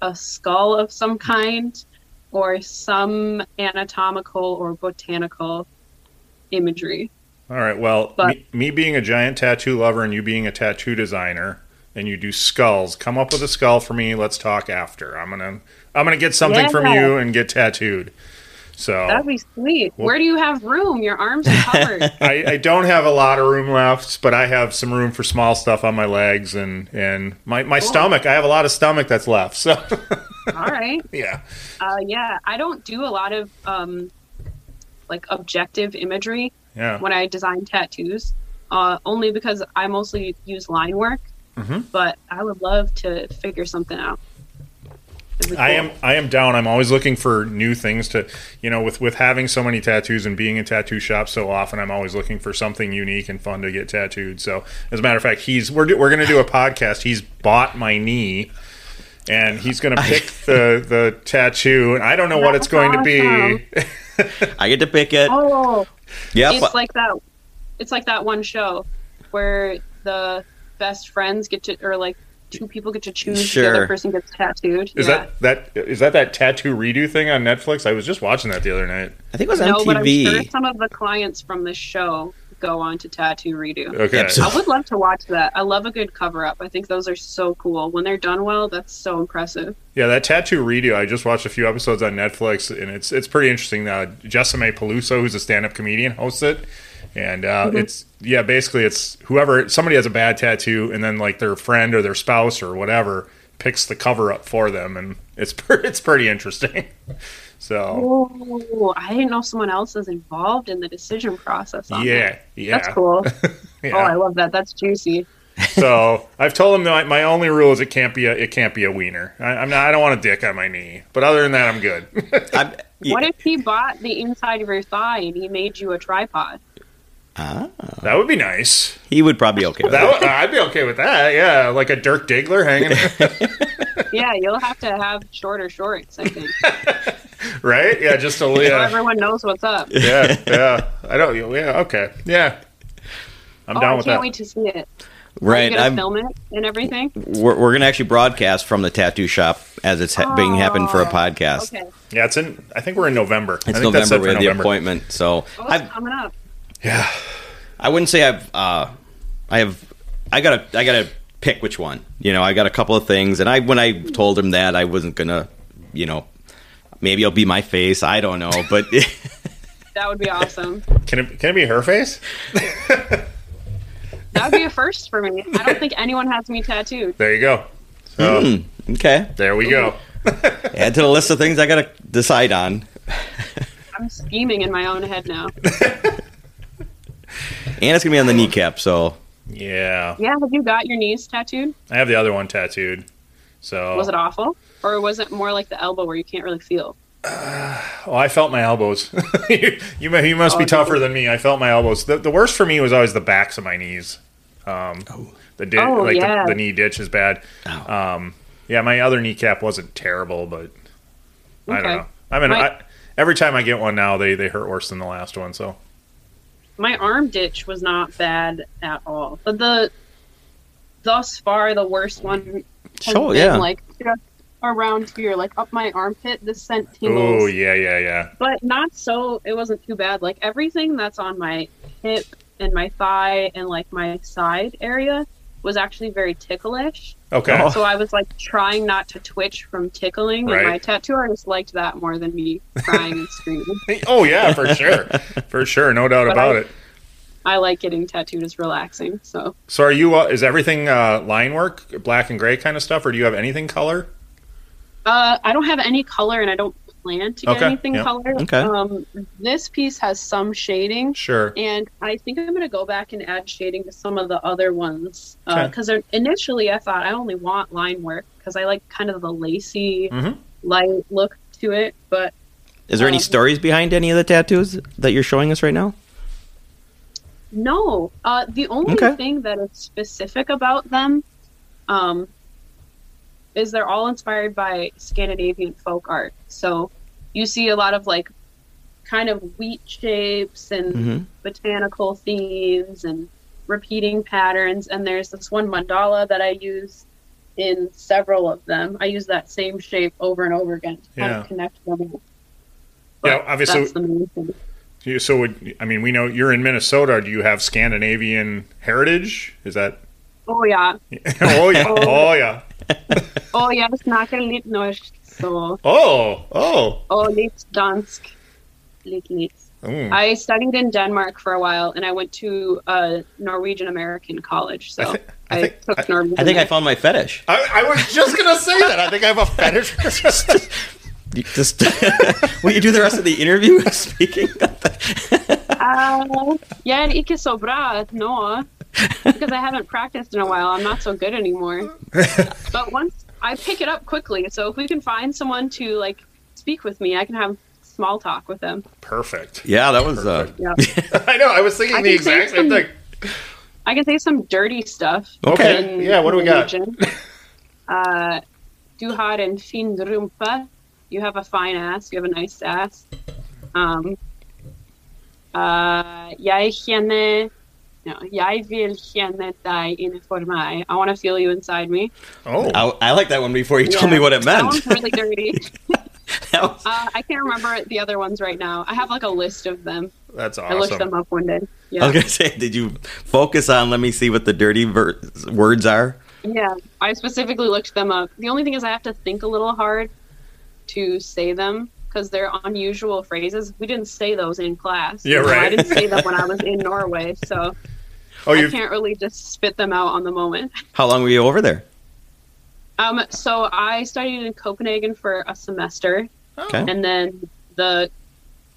[SPEAKER 5] a skull of some kind, or some anatomical or botanical imagery.
[SPEAKER 4] All right. Well,
[SPEAKER 5] But-
[SPEAKER 4] me, me being a giant tattoo lover and you being a tattoo designer, and you do skulls. Come up with a skull for me. Let's talk after. I'm gonna I'm gonna get something from
[SPEAKER 5] Yeah.
[SPEAKER 4] you and get tattooed. So
[SPEAKER 5] That'd be sweet. Where do you have room? Your arms are covered.
[SPEAKER 4] I, I don't have a lot of room left, but I have some room for small stuff on my legs and and my, my stomach. I have a lot of stomach that's left. So
[SPEAKER 5] All right.
[SPEAKER 4] yeah,
[SPEAKER 5] Uh, yeah, I don't do a lot of um, like objective imagery
[SPEAKER 4] yeah,
[SPEAKER 5] when I design tattoos, uh, only because I mostly use line work. But I would love to figure something out. It'd be
[SPEAKER 4] I
[SPEAKER 5] cool.
[SPEAKER 4] am I am down. I'm always looking for new things to you know with with having so many tattoos and being in tattoo shops so often. I'm always looking for something unique and fun to get tattooed. So as a matter of fact, he's we're do, we're gonna do a podcast. He's bought my knee. And he's going to pick the, the tattoo, and I don't know what it's going to
[SPEAKER 5] Awesome.
[SPEAKER 4] be.
[SPEAKER 3] I get to pick it.
[SPEAKER 5] Oh.
[SPEAKER 3] yep.
[SPEAKER 5] it's like that it's like that one show where the best friends get to or like two people get to choose. The
[SPEAKER 3] Sure.
[SPEAKER 5] other person gets tattooed.
[SPEAKER 4] Is
[SPEAKER 5] yeah.
[SPEAKER 4] that that is that that tattoo redo thing on Netflix? I was just watching that the other night.
[SPEAKER 3] I think it was
[SPEAKER 5] no? But I'm sure
[SPEAKER 3] MTV.
[SPEAKER 5] some of the clients from this show go on to tattoo redo.
[SPEAKER 4] Okay.
[SPEAKER 3] Absolutely.
[SPEAKER 5] I would love to watch that. I love a good cover up. I think those are so cool when they're done well. That's so impressive.
[SPEAKER 4] Yeah, that tattoo redo. I just watched a few episodes on Netflix, and it's it's pretty interesting. Uh, Jessame Peluso, who's a stand-up comedian, hosts it, and uh,
[SPEAKER 5] Mm-hmm.
[SPEAKER 4] it's yeah, basically it's whoever somebody has a bad tattoo, and then like their friend or their spouse or whatever picks the cover up for them, and it's per- it's pretty interesting. So
[SPEAKER 5] Oh, I didn't know someone else was involved in the decision process. On
[SPEAKER 4] yeah,
[SPEAKER 5] that.
[SPEAKER 4] yeah,
[SPEAKER 5] that's cool.
[SPEAKER 4] yeah.
[SPEAKER 5] Oh, I love that. That's juicy.
[SPEAKER 4] so I've told him that my only rule is it can't be a it can't be a wiener. I, I'm not. I don't want a dick on my knee, but other than that, I'm good.
[SPEAKER 3] I'm- yeah.
[SPEAKER 5] What if he bought the inside of your thigh and he made you a tripod?
[SPEAKER 4] that would be nice.
[SPEAKER 3] He would probably be okay with
[SPEAKER 4] That
[SPEAKER 3] that.
[SPEAKER 4] would, I'd be okay with that. Yeah, like a Dirk Diggler hanging,
[SPEAKER 5] Yeah, you'll have to have shorter shorts. I think
[SPEAKER 4] right? Yeah, just a
[SPEAKER 5] so
[SPEAKER 4] yeah,
[SPEAKER 5] everyone knows what's up.
[SPEAKER 4] yeah, yeah. I don't. Yeah, okay. Yeah, I'm
[SPEAKER 5] oh,
[SPEAKER 4] down
[SPEAKER 5] I can't
[SPEAKER 4] with that.
[SPEAKER 5] wait to see it. Are you
[SPEAKER 3] Right.
[SPEAKER 5] gonna
[SPEAKER 3] I'm,
[SPEAKER 5] film it and everything?
[SPEAKER 3] we're we're going to actually broadcast from the tattoo shop as it's ha- being happened for a podcast.
[SPEAKER 5] Oh, Okay,
[SPEAKER 4] Yeah, it's in. I think we're in November. I
[SPEAKER 3] It's
[SPEAKER 4] think that's
[SPEAKER 3] November.
[SPEAKER 4] it
[SPEAKER 3] We
[SPEAKER 4] for
[SPEAKER 3] have the appointment. So
[SPEAKER 5] oh,
[SPEAKER 3] I've,
[SPEAKER 5] it's coming up.
[SPEAKER 3] I wouldn't say I've uh, I have I gotta I gotta pick which one. You know, I got a couple of things, and I when I told him that I wasn't gonna, you know, maybe it'll be my face. I don't know, but
[SPEAKER 5] That would be awesome.
[SPEAKER 4] Can it can it be her face?
[SPEAKER 5] That would be a first for me. I don't think anyone has me tattooed.
[SPEAKER 4] There you go. So
[SPEAKER 3] okay,
[SPEAKER 4] there we go.
[SPEAKER 3] add to the list of things I gotta decide on.
[SPEAKER 5] I'm scheming in my own head now.
[SPEAKER 3] And it's gonna be on the kneecap, so
[SPEAKER 4] Yeah,
[SPEAKER 5] Yeah, have you got your knees tattooed?
[SPEAKER 4] I have the other one tattooed. So
[SPEAKER 5] Was it awful, or was it more like the elbow where you can't really feel?
[SPEAKER 4] Oh, I felt my elbows. you, you, mu- you must be tougher than me. I felt my elbows. The, the worst for me was always the backs of my knees. Um, The di-
[SPEAKER 5] Oh,
[SPEAKER 4] like
[SPEAKER 5] yeah.
[SPEAKER 4] the, the knee ditch is bad. Um, yeah, my other kneecap wasn't terrible, but I don't
[SPEAKER 5] Okay.
[SPEAKER 4] know. I mean,
[SPEAKER 5] My-
[SPEAKER 4] I, every time I get one now, they, they hurt worse than the last one. So
[SPEAKER 5] my arm ditch was not bad at all. But the thus far the worst one has
[SPEAKER 3] Sure,
[SPEAKER 5] been
[SPEAKER 3] yeah.
[SPEAKER 5] like just around here, like up my armpit. This sent tingles,
[SPEAKER 4] oh yeah, yeah, yeah.
[SPEAKER 5] but not so. It wasn't too bad. Like everything that's on my hip and my thigh and like my side area was actually very ticklish.
[SPEAKER 4] Okay,
[SPEAKER 3] Oh.
[SPEAKER 5] So I was like trying not to twitch from tickling,
[SPEAKER 4] Right.
[SPEAKER 5] and my tattoo artist liked that more than me crying and screaming.
[SPEAKER 4] oh yeah, for sure, for sure, no doubt
[SPEAKER 5] But
[SPEAKER 4] about
[SPEAKER 5] I-
[SPEAKER 4] it.
[SPEAKER 5] I like getting tattooed; it's relaxing. So
[SPEAKER 4] So are you? Uh, is everything uh, line work, black and gray kind of stuff, or do you have anything color?
[SPEAKER 5] Uh, I don't have any color, and I don't plan to get
[SPEAKER 4] Okay,
[SPEAKER 5] anything
[SPEAKER 4] yeah.
[SPEAKER 5] color.
[SPEAKER 3] Okay.
[SPEAKER 5] Um, this piece has some shading,
[SPEAKER 4] Sure.
[SPEAKER 5] and I think I'm going to go back and add shading to some of the other ones
[SPEAKER 4] Okay.
[SPEAKER 5] because initially I thought I only want line work because I like kind of the lacy
[SPEAKER 4] Mhm.
[SPEAKER 5] light look to it. But
[SPEAKER 3] is there any
[SPEAKER 5] Um,
[SPEAKER 3] stories behind any of the tattoos that you're showing us right now?
[SPEAKER 5] no, uh, the only
[SPEAKER 3] Okay.
[SPEAKER 5] thing that is specific about them um, is they're all inspired by Scandinavian folk art. So you see a lot of like kind of wheat shapes and
[SPEAKER 3] Mhm.
[SPEAKER 5] botanical themes and repeating patterns. And there's this one mandala that I use in several of them. I use that same shape over and over again to kind
[SPEAKER 4] Yeah.
[SPEAKER 5] of connect them. all.
[SPEAKER 4] Yeah,
[SPEAKER 5] But
[SPEAKER 4] obviously-
[SPEAKER 5] That's the main thing.
[SPEAKER 4] You- So, would, I mean, we know you're in Minnesota. Do you have Scandinavian heritage? Is that?
[SPEAKER 5] Oh, yeah.
[SPEAKER 4] Oh yeah! Oh yeah!
[SPEAKER 5] Oh, yeah. It's not going to norsk. So,
[SPEAKER 4] Oh oh!
[SPEAKER 5] oh, lit dansk. Lit, lit.
[SPEAKER 4] Mm.
[SPEAKER 5] I studied in Denmark for a while, and I went to a Norwegian American college. So I,
[SPEAKER 4] I think-
[SPEAKER 5] took Norwegian.
[SPEAKER 3] I think I found my fetish.
[SPEAKER 4] I, I was just gonna say that. I think I have a fetish. for just-
[SPEAKER 3] You Just will you do the rest of the interview speaking?
[SPEAKER 5] Uh, yeah, ikke så bra no, because I haven't practiced in a while. I'm not so good anymore. but once I pick it up quickly, so if we can find someone to like speak with me, I can have small talk with them.
[SPEAKER 4] Perfect.
[SPEAKER 3] yeah, that was uh,
[SPEAKER 5] Yeah,
[SPEAKER 4] I know. I was thinking
[SPEAKER 5] I
[SPEAKER 4] the
[SPEAKER 5] can
[SPEAKER 4] exact
[SPEAKER 5] say
[SPEAKER 4] same
[SPEAKER 5] some-
[SPEAKER 4] thing.
[SPEAKER 5] I can say some dirty stuff.
[SPEAKER 3] Okay.
[SPEAKER 5] in
[SPEAKER 4] Yeah, what do we got?
[SPEAKER 5] Norwegian. Uh, du har en fin rumpa. You have a fine ass. You have a nice ass. Um, uh, jeg kjenner No, jeg vil kjenne deg innenfor meg. I want to feel you inside me.
[SPEAKER 4] Oh,
[SPEAKER 3] I, I like that one before you told
[SPEAKER 5] Yeah.
[SPEAKER 3] me what it
[SPEAKER 5] That
[SPEAKER 3] meant.
[SPEAKER 5] one's really dirty.
[SPEAKER 3] That was-
[SPEAKER 5] Uh, I can't remember the other ones right now. I have like a list of them.
[SPEAKER 4] that's
[SPEAKER 5] I looked
[SPEAKER 4] awesome.
[SPEAKER 5] them up one day.
[SPEAKER 3] I
[SPEAKER 5] Yeah.
[SPEAKER 3] was gonna say, did you focus on? Let me see what the dirty ver- words are.
[SPEAKER 5] Yeah. I specifically looked them up. The only thing is, I have to think a little hard to say them because they're unusual phrases. We didn't say those in class.
[SPEAKER 4] Yeah,
[SPEAKER 5] You know, I
[SPEAKER 4] right.
[SPEAKER 5] didn't say them when I was in Norway, so
[SPEAKER 4] Oh,
[SPEAKER 5] I
[SPEAKER 4] you
[SPEAKER 5] can't really just spit them out on the moment.
[SPEAKER 3] How long were you over there?
[SPEAKER 5] Um, so I studied in Copenhagen for a semester,
[SPEAKER 4] Oh,
[SPEAKER 3] Okay.
[SPEAKER 5] and then the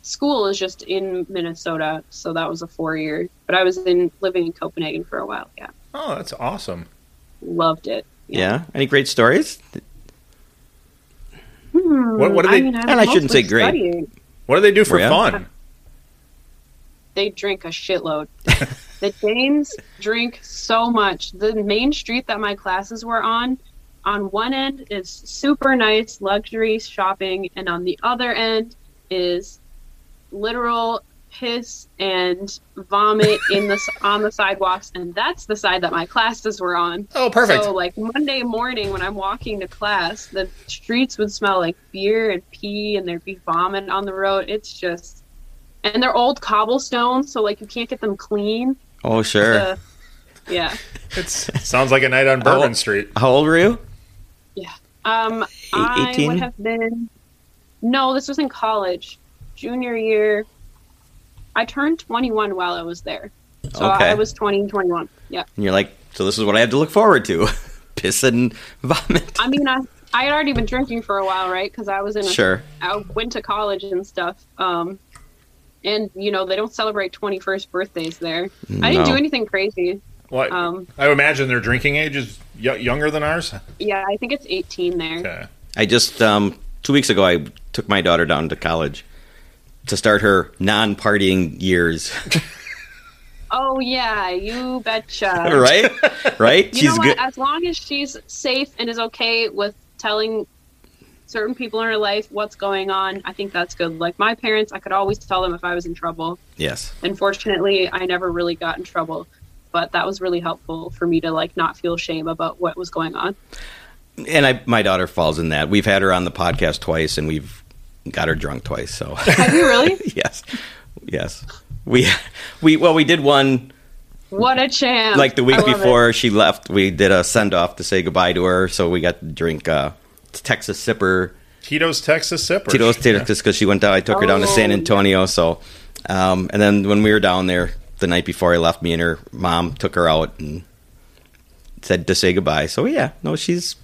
[SPEAKER 5] school is just in Minnesota, so that was a four year. But I was in living in Copenhagen for a while. Yeah,
[SPEAKER 4] oh, that's awesome.
[SPEAKER 5] loved it.
[SPEAKER 3] Yeah. Any great stories?
[SPEAKER 5] Mm,
[SPEAKER 4] What what do they
[SPEAKER 5] I
[SPEAKER 3] and I shouldn't say
[SPEAKER 5] mostly
[SPEAKER 3] great.
[SPEAKER 5] studied.
[SPEAKER 4] what do they do for
[SPEAKER 3] Yeah.
[SPEAKER 4] fun?
[SPEAKER 5] They drink a shitload. the Danes drink so much. The main street that my classes were on, on one end is super nice luxury shopping, and on the other end is literal piss and vomit in the s- on the sidewalks, and that's the side that my classes were on.
[SPEAKER 4] Oh, perfect.
[SPEAKER 5] So, like Monday morning when I'm walking to class, the streets would smell like beer and pee, and there'd be vomit on the road. It's just, and they're old cobblestones, so like you can't get them clean.
[SPEAKER 3] Oh, sure.
[SPEAKER 5] Uh, yeah,
[SPEAKER 4] It's sounds like a night on
[SPEAKER 5] Oh.
[SPEAKER 4] Bourbon Street.
[SPEAKER 5] uh,
[SPEAKER 3] How old were you?
[SPEAKER 5] yeah. Um,
[SPEAKER 3] E-
[SPEAKER 5] I
[SPEAKER 3] 18?
[SPEAKER 5] would have been. No, this was in college, junior year. I turned 21 while I was there, so
[SPEAKER 3] Okay.
[SPEAKER 5] I was 20 and 21. Yeah.
[SPEAKER 3] And you're like, so this is what I have to look forward to: piss and vomit.
[SPEAKER 5] I mean, I I had already been drinking for a while, right? Because I was in a
[SPEAKER 3] Sure.
[SPEAKER 5] I went to college and stuff. Um, and you know they don't celebrate 21st birthdays there. I didn't
[SPEAKER 3] No.
[SPEAKER 5] do anything crazy.
[SPEAKER 4] What?
[SPEAKER 5] Um,
[SPEAKER 4] I imagine their drinking age is y- younger than ours.
[SPEAKER 5] Yeah, I think it's 18 there.
[SPEAKER 4] Okay.
[SPEAKER 3] I just um, two weeks ago I took my daughter down to college to start her non-partying years.
[SPEAKER 5] Oh yeah, you betcha.
[SPEAKER 3] right? Right?
[SPEAKER 5] You know what? As long as she's safe and is okay with telling certain people in her life what's going on, I think that's good. Like my parents, I could always tell them if I was in trouble.
[SPEAKER 3] Yes.
[SPEAKER 5] And fortunately, I never really got in trouble. But that was really helpful for me to like not feel shame about what was going on.
[SPEAKER 3] And I, my daughter falls in that. We've had her on the podcast twice, and we've got her drunk twice. So
[SPEAKER 5] Have you really?
[SPEAKER 3] yes, yes, we we well we did one
[SPEAKER 5] What a champ!
[SPEAKER 3] like the
[SPEAKER 5] Oh, I
[SPEAKER 3] week
[SPEAKER 5] love it.
[SPEAKER 3] before she left. We did a send off to say goodbye to her, so we got to drink uh, Texas sipper
[SPEAKER 4] Tito's Texas Sippers.
[SPEAKER 3] Tito's Tito's just because she went down. I took her down to
[SPEAKER 5] Oh.
[SPEAKER 3] San Antonio. So, um, and then when we were down there the night before I left, me and her mom took her out and said to say goodbye. So yeah, no, she's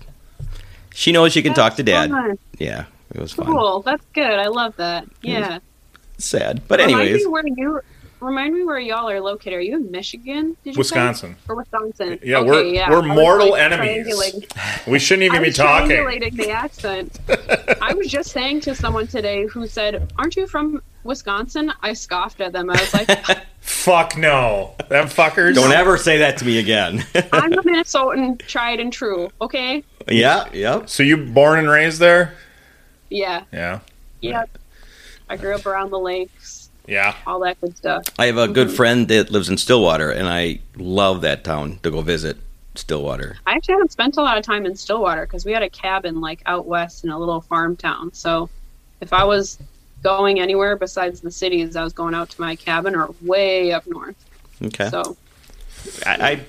[SPEAKER 3] she knows she can talk to
[SPEAKER 5] That's
[SPEAKER 3] dad.
[SPEAKER 5] fun.
[SPEAKER 3] Yeah, it was fun.
[SPEAKER 5] Cool. That's good. I love that. Yeah.
[SPEAKER 3] Sad, but
[SPEAKER 5] Remind
[SPEAKER 3] anyways,
[SPEAKER 5] me where you remind me where y'all are located. Are you in Michigan? Did you say?
[SPEAKER 4] Wisconsin.
[SPEAKER 5] Or Wisconsin.
[SPEAKER 4] Yeah,
[SPEAKER 5] Okay,
[SPEAKER 4] we're-
[SPEAKER 5] yeah.
[SPEAKER 4] we're
[SPEAKER 5] I was,
[SPEAKER 4] mortal
[SPEAKER 5] like,
[SPEAKER 4] enemies.
[SPEAKER 5] triangulating-
[SPEAKER 4] We shouldn't
[SPEAKER 5] I
[SPEAKER 4] even be
[SPEAKER 5] was
[SPEAKER 4] talking.
[SPEAKER 5] triangulating the accent. I was just saying to someone today who said, Aren't you from Wisconsin? I scoffed at them. I was like,
[SPEAKER 4] Fuck no, them fuckers.
[SPEAKER 3] don't ever say that to me again.
[SPEAKER 5] I'm a Minnesotan, tried and true. Okay?
[SPEAKER 3] yeah, yep.
[SPEAKER 4] So you born and raised there?
[SPEAKER 5] Yeah.
[SPEAKER 4] Yeah.
[SPEAKER 5] Yep. I grew up around the lakes,
[SPEAKER 4] Yeah.
[SPEAKER 5] all that good stuff.
[SPEAKER 3] I have a good friend that lives in Stillwater, and I love that town to go visit. Stillwater.
[SPEAKER 5] I actually haven't spent a lot of time in Stillwater because we had a cabin like out west in a little farm town. So if I was going anywhere besides the cities, I was going out to my cabin or way up north.
[SPEAKER 3] Okay,
[SPEAKER 5] So
[SPEAKER 3] I, I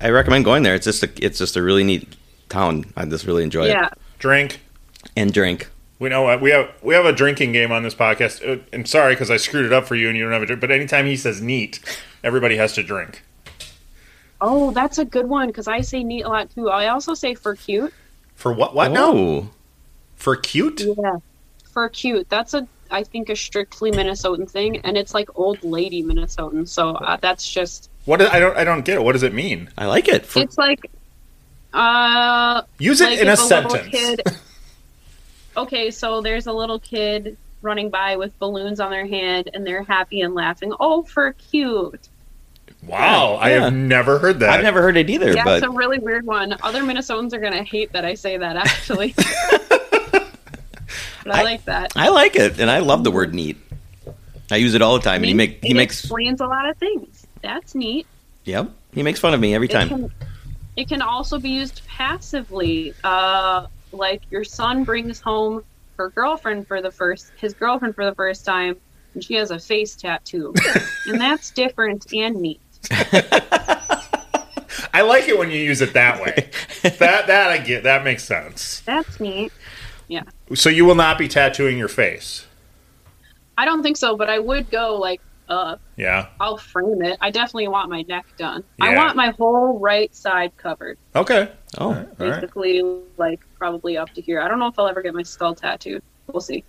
[SPEAKER 3] I recommend going there. It's just a it's just a really neat town. I just really enjoy it.
[SPEAKER 5] yeah,
[SPEAKER 4] Drink.
[SPEAKER 3] and drink.
[SPEAKER 4] We know what we have. We have a drinking game on this podcast. Uh, And sorry because I screwed it up for you, and you don't have a drink. But anytime he says neat, everybody has to drink.
[SPEAKER 5] oh, that's a good one because I say neat a lot too. I also say for cute.
[SPEAKER 4] For what? What? No.
[SPEAKER 3] Oh,
[SPEAKER 4] For cute?
[SPEAKER 5] Yeah, for cute. That's a I think a strictly Minnesotan thing, and it's like old lady Minnesotan. So uh, that's just
[SPEAKER 4] What? I don't. I don't get it. What does it mean?
[SPEAKER 3] I like it. For,
[SPEAKER 5] it's like uh
[SPEAKER 4] Use it
[SPEAKER 5] Like,
[SPEAKER 4] in a
[SPEAKER 5] if little
[SPEAKER 4] sentence.
[SPEAKER 5] kid- okay, so there's a little kid running by with balloons on their hand, and they're happy and laughing. Oh, for cute!
[SPEAKER 4] Wow, I
[SPEAKER 3] Yeah.
[SPEAKER 4] have never heard that.
[SPEAKER 3] I've never heard it either,
[SPEAKER 5] Yeah,
[SPEAKER 3] but
[SPEAKER 5] it's a really weird one. Other Minnesotans are gonna hate that I say that, actually. but I, like that.
[SPEAKER 3] I like it, and I love the word neat. I use it all the time, and he make he
[SPEAKER 5] It
[SPEAKER 3] makes
[SPEAKER 5] explains a lot of things. That's neat.
[SPEAKER 3] Yep. He makes fun of me every
[SPEAKER 5] It
[SPEAKER 3] time.
[SPEAKER 5] can, it can also be used passively. Uh, like your son brings home her girlfriend for the first, his girlfriend for the first time, and she has a face tattoo, and that's different and neat.
[SPEAKER 4] I like it when you use it that way. that that I get. That makes sense.
[SPEAKER 5] That's neat. Yeah,
[SPEAKER 4] So you will not be tattooing your face.
[SPEAKER 5] I don't think so, but I would go like, uh,
[SPEAKER 4] Yeah.
[SPEAKER 5] I'll frame it. I definitely want my neck done. I
[SPEAKER 4] Yeah.
[SPEAKER 5] want my whole right side covered,
[SPEAKER 4] Okay.
[SPEAKER 3] Oh.
[SPEAKER 4] All right.
[SPEAKER 5] basically, like probably up to here. I don't know if I'll ever get my skull tattooed. We'll see.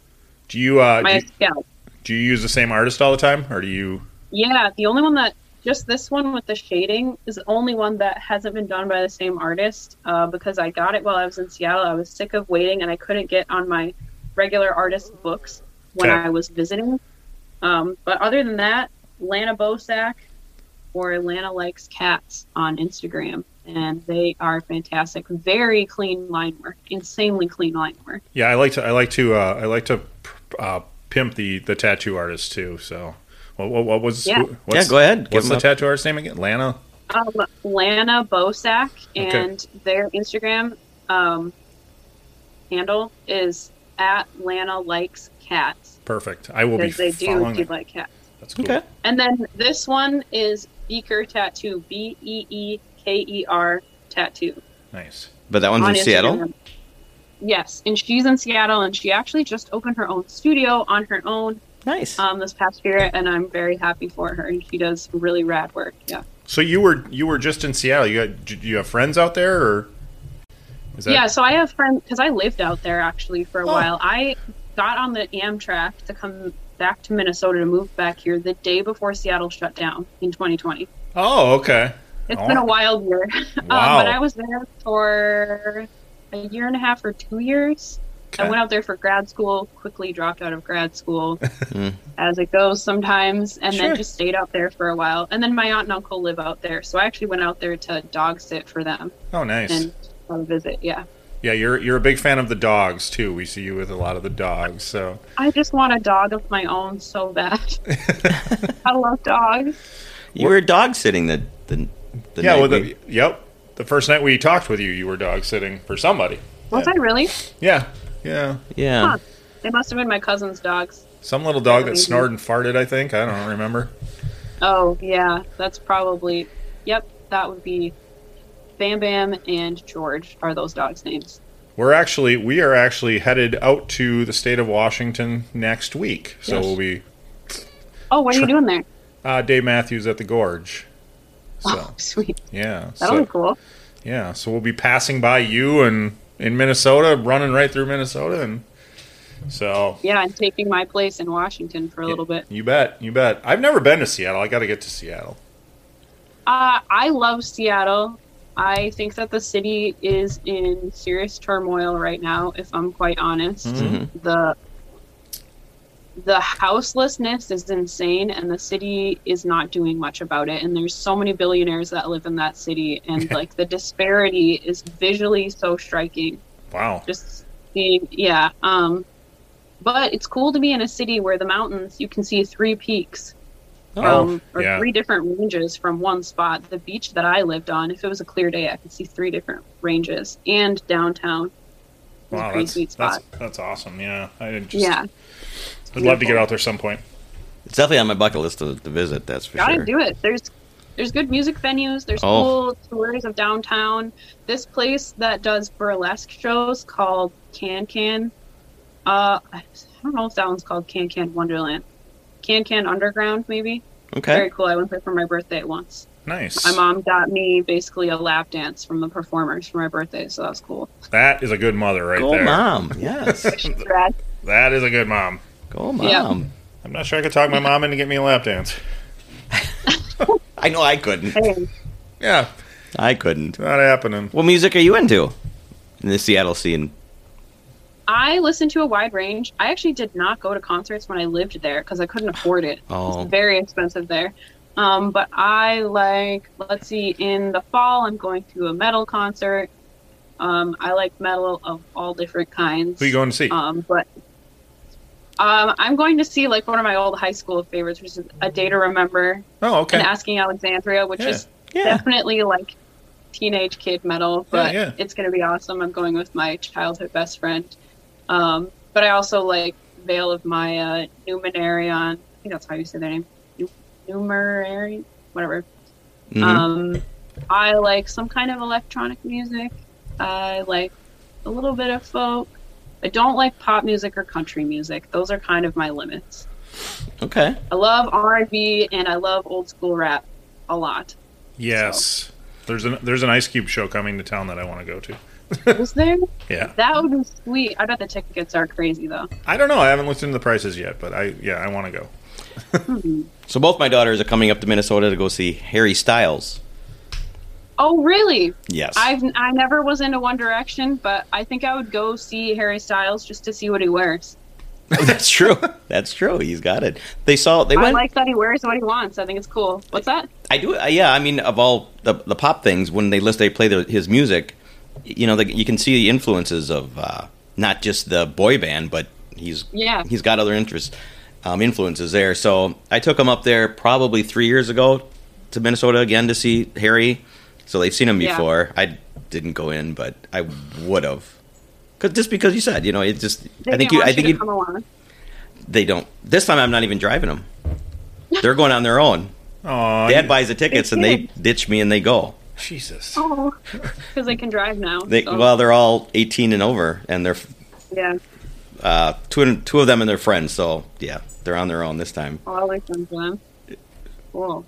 [SPEAKER 4] Do you uh do
[SPEAKER 5] My
[SPEAKER 4] you,
[SPEAKER 5] scalp.
[SPEAKER 4] do you use the same artist all the time, or do you?
[SPEAKER 5] Yeah, the only one that just this one with the shading is the only one that hasn't been done by the same artist uh, because I got it while I was in Seattle. I was sick of waiting and I couldn't get on my regular artist books when
[SPEAKER 4] Okay.
[SPEAKER 5] I was visiting. Um, but other than that, Lana Bosak or Lana Likes Cats on Instagram, and they are fantastic. Very clean line work, insanely clean line work.
[SPEAKER 4] Yeah, I like to. I like to. Uh, I like to uh, pimp the the tattoo artist too. So, what, what, what was?
[SPEAKER 5] Yeah.
[SPEAKER 4] what's-
[SPEAKER 3] Yeah, go ahead. Give
[SPEAKER 4] What's
[SPEAKER 3] him
[SPEAKER 4] the
[SPEAKER 3] a-
[SPEAKER 4] tattoo artist name again? Lana.
[SPEAKER 5] um, Lana Bosak,
[SPEAKER 4] Okay.
[SPEAKER 5] and their Instagram um, handle is at Lana likes cats
[SPEAKER 4] Perfect. I will be
[SPEAKER 5] because they do
[SPEAKER 4] following.
[SPEAKER 5] do
[SPEAKER 4] that.
[SPEAKER 5] like cats.
[SPEAKER 4] That's cool.
[SPEAKER 3] Okay.
[SPEAKER 5] And then this one is Beaker Tattoo, B E E K E R Tattoo.
[SPEAKER 4] Nice.
[SPEAKER 3] But that one's
[SPEAKER 5] on
[SPEAKER 3] in Seattle.
[SPEAKER 5] Instagram. Yes, and she's in Seattle, and she actually just opened her own studio on her own
[SPEAKER 3] Nice.
[SPEAKER 5] um, this past year, and I'm very happy for her. And she does really rad work. Yeah.
[SPEAKER 4] So you were you were just in Seattle. You got do you have friends out there or? Is
[SPEAKER 5] yeah, so I have friends because I lived out there actually for a while. I got on the Amtrak to come back to Minnesota to move back here the day before Seattle shut down in 2020.
[SPEAKER 4] Oh, okay.
[SPEAKER 5] It's
[SPEAKER 4] Oh,
[SPEAKER 5] been a wild year, um,
[SPEAKER 4] Wow.
[SPEAKER 5] Uh, but I was there for a year and a half or two years. I
[SPEAKER 4] Okay.
[SPEAKER 5] went out there for grad school, quickly dropped out of grad school,
[SPEAKER 4] Hmm.
[SPEAKER 5] as it goes sometimes, and
[SPEAKER 3] Sure.
[SPEAKER 5] then just stayed out there for a while. And then my aunt and uncle live out there, so I actually went out there to dog sit for them
[SPEAKER 4] Oh, nice.
[SPEAKER 5] and uh, visit. Yeah.
[SPEAKER 4] yeah, you're you're a big fan of the dogs too. We see you with a lot of the dogs. So
[SPEAKER 5] I just want a dog of my own so bad. I love dogs.
[SPEAKER 3] you were dog sitting the the, the
[SPEAKER 4] yeah.
[SPEAKER 3] night
[SPEAKER 4] Well, the,
[SPEAKER 3] we-
[SPEAKER 4] yep. The first night we talked with you, you were dog sitting for somebody.
[SPEAKER 5] Was I really?
[SPEAKER 4] Yeah. Yeah.
[SPEAKER 3] yeah.
[SPEAKER 5] Huh. They must have been my cousin's dogs.
[SPEAKER 4] Some little dog that snored and farted. I think I don't remember.
[SPEAKER 5] Oh, yeah. That's probably. Yep, that would be. Bam Bam and George are those dogs' names.
[SPEAKER 4] We're actually we are actually headed out to the state of Washington next week. So
[SPEAKER 3] Yes.
[SPEAKER 4] we'll be
[SPEAKER 5] Oh, what are you doing there?
[SPEAKER 4] uh, Dave Matthews at the Gorge. So
[SPEAKER 5] Sweet.
[SPEAKER 4] yeah,
[SPEAKER 5] That'll
[SPEAKER 4] so,
[SPEAKER 5] be cool.
[SPEAKER 4] yeah. So we'll be passing by you and in Minnesota, running right through Minnesota, and so
[SPEAKER 5] Yeah, I'm taking my place in Washington for a little bit.
[SPEAKER 4] you bet, you bet. I've never been to Seattle. I got to get to Seattle.
[SPEAKER 5] Uh, I love Seattle. I think that the city is in serious turmoil right now. If I'm quite honest, the the houselessness is insane, and the city is not doing much about it. And there's so many billionaires that live in that city, and like the disparity is visually so striking
[SPEAKER 4] Wow.
[SPEAKER 5] just seeing yeah um but it's cool to be in a city where the mountains you can see three peaks um, or
[SPEAKER 4] Oh, yeah.
[SPEAKER 5] three different ranges from one spot the beach that i lived on if it was a clear day i could see three different ranges and downtown It was a
[SPEAKER 4] Wow,
[SPEAKER 5] pretty
[SPEAKER 4] that's,
[SPEAKER 5] sweet
[SPEAKER 4] that's
[SPEAKER 5] spot
[SPEAKER 4] that's awesome. Yeah, I just,
[SPEAKER 5] yeah
[SPEAKER 4] I'd love to get out there some point.
[SPEAKER 3] It's definitely on my bucket list to, to visit. That's for
[SPEAKER 5] gotta
[SPEAKER 3] sure.
[SPEAKER 5] do it there's there's good music venues there's
[SPEAKER 3] Oh.
[SPEAKER 5] cool tours of downtown this place that does burlesque shows called can can uh i don't know if that one's called can can wonderland can can underground maybe very
[SPEAKER 3] Okay.
[SPEAKER 5] cool i went there for my birthday once
[SPEAKER 4] Nice.
[SPEAKER 5] my mom got me basically a lap dance from the performers for my birthday so that was cool
[SPEAKER 4] That is a good mother right
[SPEAKER 3] Go
[SPEAKER 4] there.
[SPEAKER 3] mom. Yes.
[SPEAKER 5] Rad.
[SPEAKER 4] That is a good mom.
[SPEAKER 3] Go
[SPEAKER 5] Yeah.
[SPEAKER 3] mom.
[SPEAKER 4] I'm not sure I could talk my mom into get me a lap dance.
[SPEAKER 3] I know I couldn't.
[SPEAKER 5] Hey,
[SPEAKER 4] Yeah,
[SPEAKER 3] I couldn't.
[SPEAKER 4] not happening.
[SPEAKER 3] What music are you into in the Seattle scene?
[SPEAKER 5] I listen to a wide range. I actually did not go to concerts when I lived there because I couldn't afford it.
[SPEAKER 3] Oh.
[SPEAKER 5] It's very expensive there. Um, but I like, let's see, in the fall, I'm going to a metal concert. Um, I like metal of all different kinds.
[SPEAKER 4] Who you going to see?
[SPEAKER 5] Um, but Um, I'm going to see like one of my old high school favorites, which is A Day to Remember
[SPEAKER 4] Oh, okay.
[SPEAKER 5] and Asking Alexandria, which
[SPEAKER 4] Yeah.
[SPEAKER 5] is
[SPEAKER 3] Yeah.
[SPEAKER 5] definitely like teenage kid metal, but
[SPEAKER 4] yeah.
[SPEAKER 5] it's going to be awesome. I'm going with my childhood best friend. Um, but I also like Veil of Maya, Numenarion. I think that's how you say their name. Nu- Numerarion? Whatever.
[SPEAKER 3] Mhm.
[SPEAKER 5] Um, I like some kind of electronic music. I like a little bit of folk. I don't like pop music or country music. Those are kind of my limits.
[SPEAKER 3] okay.
[SPEAKER 5] I love R&B and I love old school rap a lot.
[SPEAKER 4] Yes. There's an there's an Ice Cube show coming to town that I want to go to.
[SPEAKER 5] Is there?
[SPEAKER 4] Yeah.
[SPEAKER 5] That would be sweet. I bet the tickets are crazy though.
[SPEAKER 4] I don't know. I haven't looked into the prices yet, but I yeah, I want to go.
[SPEAKER 3] So both my daughters are coming up to Minnesota to go see Harry Styles.
[SPEAKER 5] Oh, really?
[SPEAKER 3] Yes.
[SPEAKER 5] I've I never was into One Direction, but I think I would go see Harry Styles just to see what he wears.
[SPEAKER 3] That's true. That's true. He's got it. They saw. They
[SPEAKER 5] I
[SPEAKER 3] went.
[SPEAKER 5] like that he wears what he wants. I think it's cool. What's that?
[SPEAKER 3] I do. I- Yeah, I mean, of all the the pop things, when they list, they play their, his music. You know, the, you can see the influences of uh, not just the boy band, but he's
[SPEAKER 5] Yeah.
[SPEAKER 3] he's got other interests, um, influences there. So I took him up there probably three years ago to Minnesota again to see Harry. So they've seen him
[SPEAKER 5] Yeah.
[SPEAKER 3] before. I didn't go in, but I would have. Cause just because you said, you know, it just.
[SPEAKER 5] They
[SPEAKER 3] I think
[SPEAKER 5] didn't
[SPEAKER 3] you.
[SPEAKER 5] want
[SPEAKER 3] I think you.
[SPEAKER 5] you to come along.
[SPEAKER 3] They don't. This time, I'm not even driving them. They're going on their own.
[SPEAKER 4] Oh,
[SPEAKER 3] Dad buys the tickets, and they ditch me, and they go.
[SPEAKER 4] Jesus.
[SPEAKER 5] Oh, because they can drive now.
[SPEAKER 3] They,
[SPEAKER 5] so,
[SPEAKER 3] Well, they're all 18 and over, and they're
[SPEAKER 5] yeah,
[SPEAKER 3] uh, two two of them and their friends. So yeah, they're on their own this time.
[SPEAKER 5] well, I like them for them. Cool.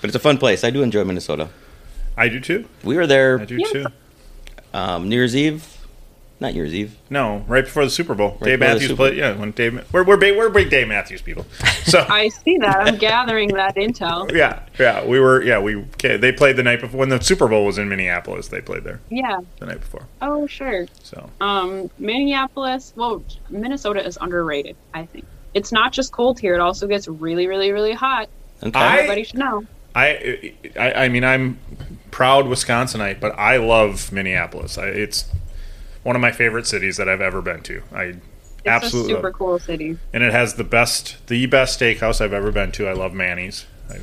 [SPEAKER 3] But it's a fun place. I do enjoy Minnesota.
[SPEAKER 4] I do too.
[SPEAKER 3] We were there
[SPEAKER 4] I do
[SPEAKER 5] Yes.
[SPEAKER 4] too.
[SPEAKER 3] um, New Year's Eve, not New Year's Eve.
[SPEAKER 4] No, right before the Super Bowl, Dave
[SPEAKER 3] before the
[SPEAKER 4] Matthews
[SPEAKER 3] Super
[SPEAKER 4] played. Yeah, when Dave, Ma- we're we're big, we're big Dave Matthews people. So
[SPEAKER 5] I see that. I'm gathering that intel.
[SPEAKER 4] yeah, yeah, we were. Yeah, we okay, they played the night before when the Super Bowl was in Minneapolis. They played there
[SPEAKER 5] Yeah.
[SPEAKER 4] the night before.
[SPEAKER 5] Oh, sure.
[SPEAKER 4] So
[SPEAKER 5] Um, Minneapolis. Well, Minnesota is underrated. I think it's not just cold here; it also gets really, really, really hot.
[SPEAKER 3] Okay.
[SPEAKER 4] I-
[SPEAKER 5] Everybody should know.
[SPEAKER 4] I, I, I mean, I'm proud Wisconsinite, but I love Minneapolis. I, it's one of my favorite cities that I've ever been to. I
[SPEAKER 5] It's
[SPEAKER 4] absolutely
[SPEAKER 5] a
[SPEAKER 4] love
[SPEAKER 5] super
[SPEAKER 4] it.
[SPEAKER 5] cool city.
[SPEAKER 4] and it has the best, the best steakhouse I've ever been to. I love Manny's. I,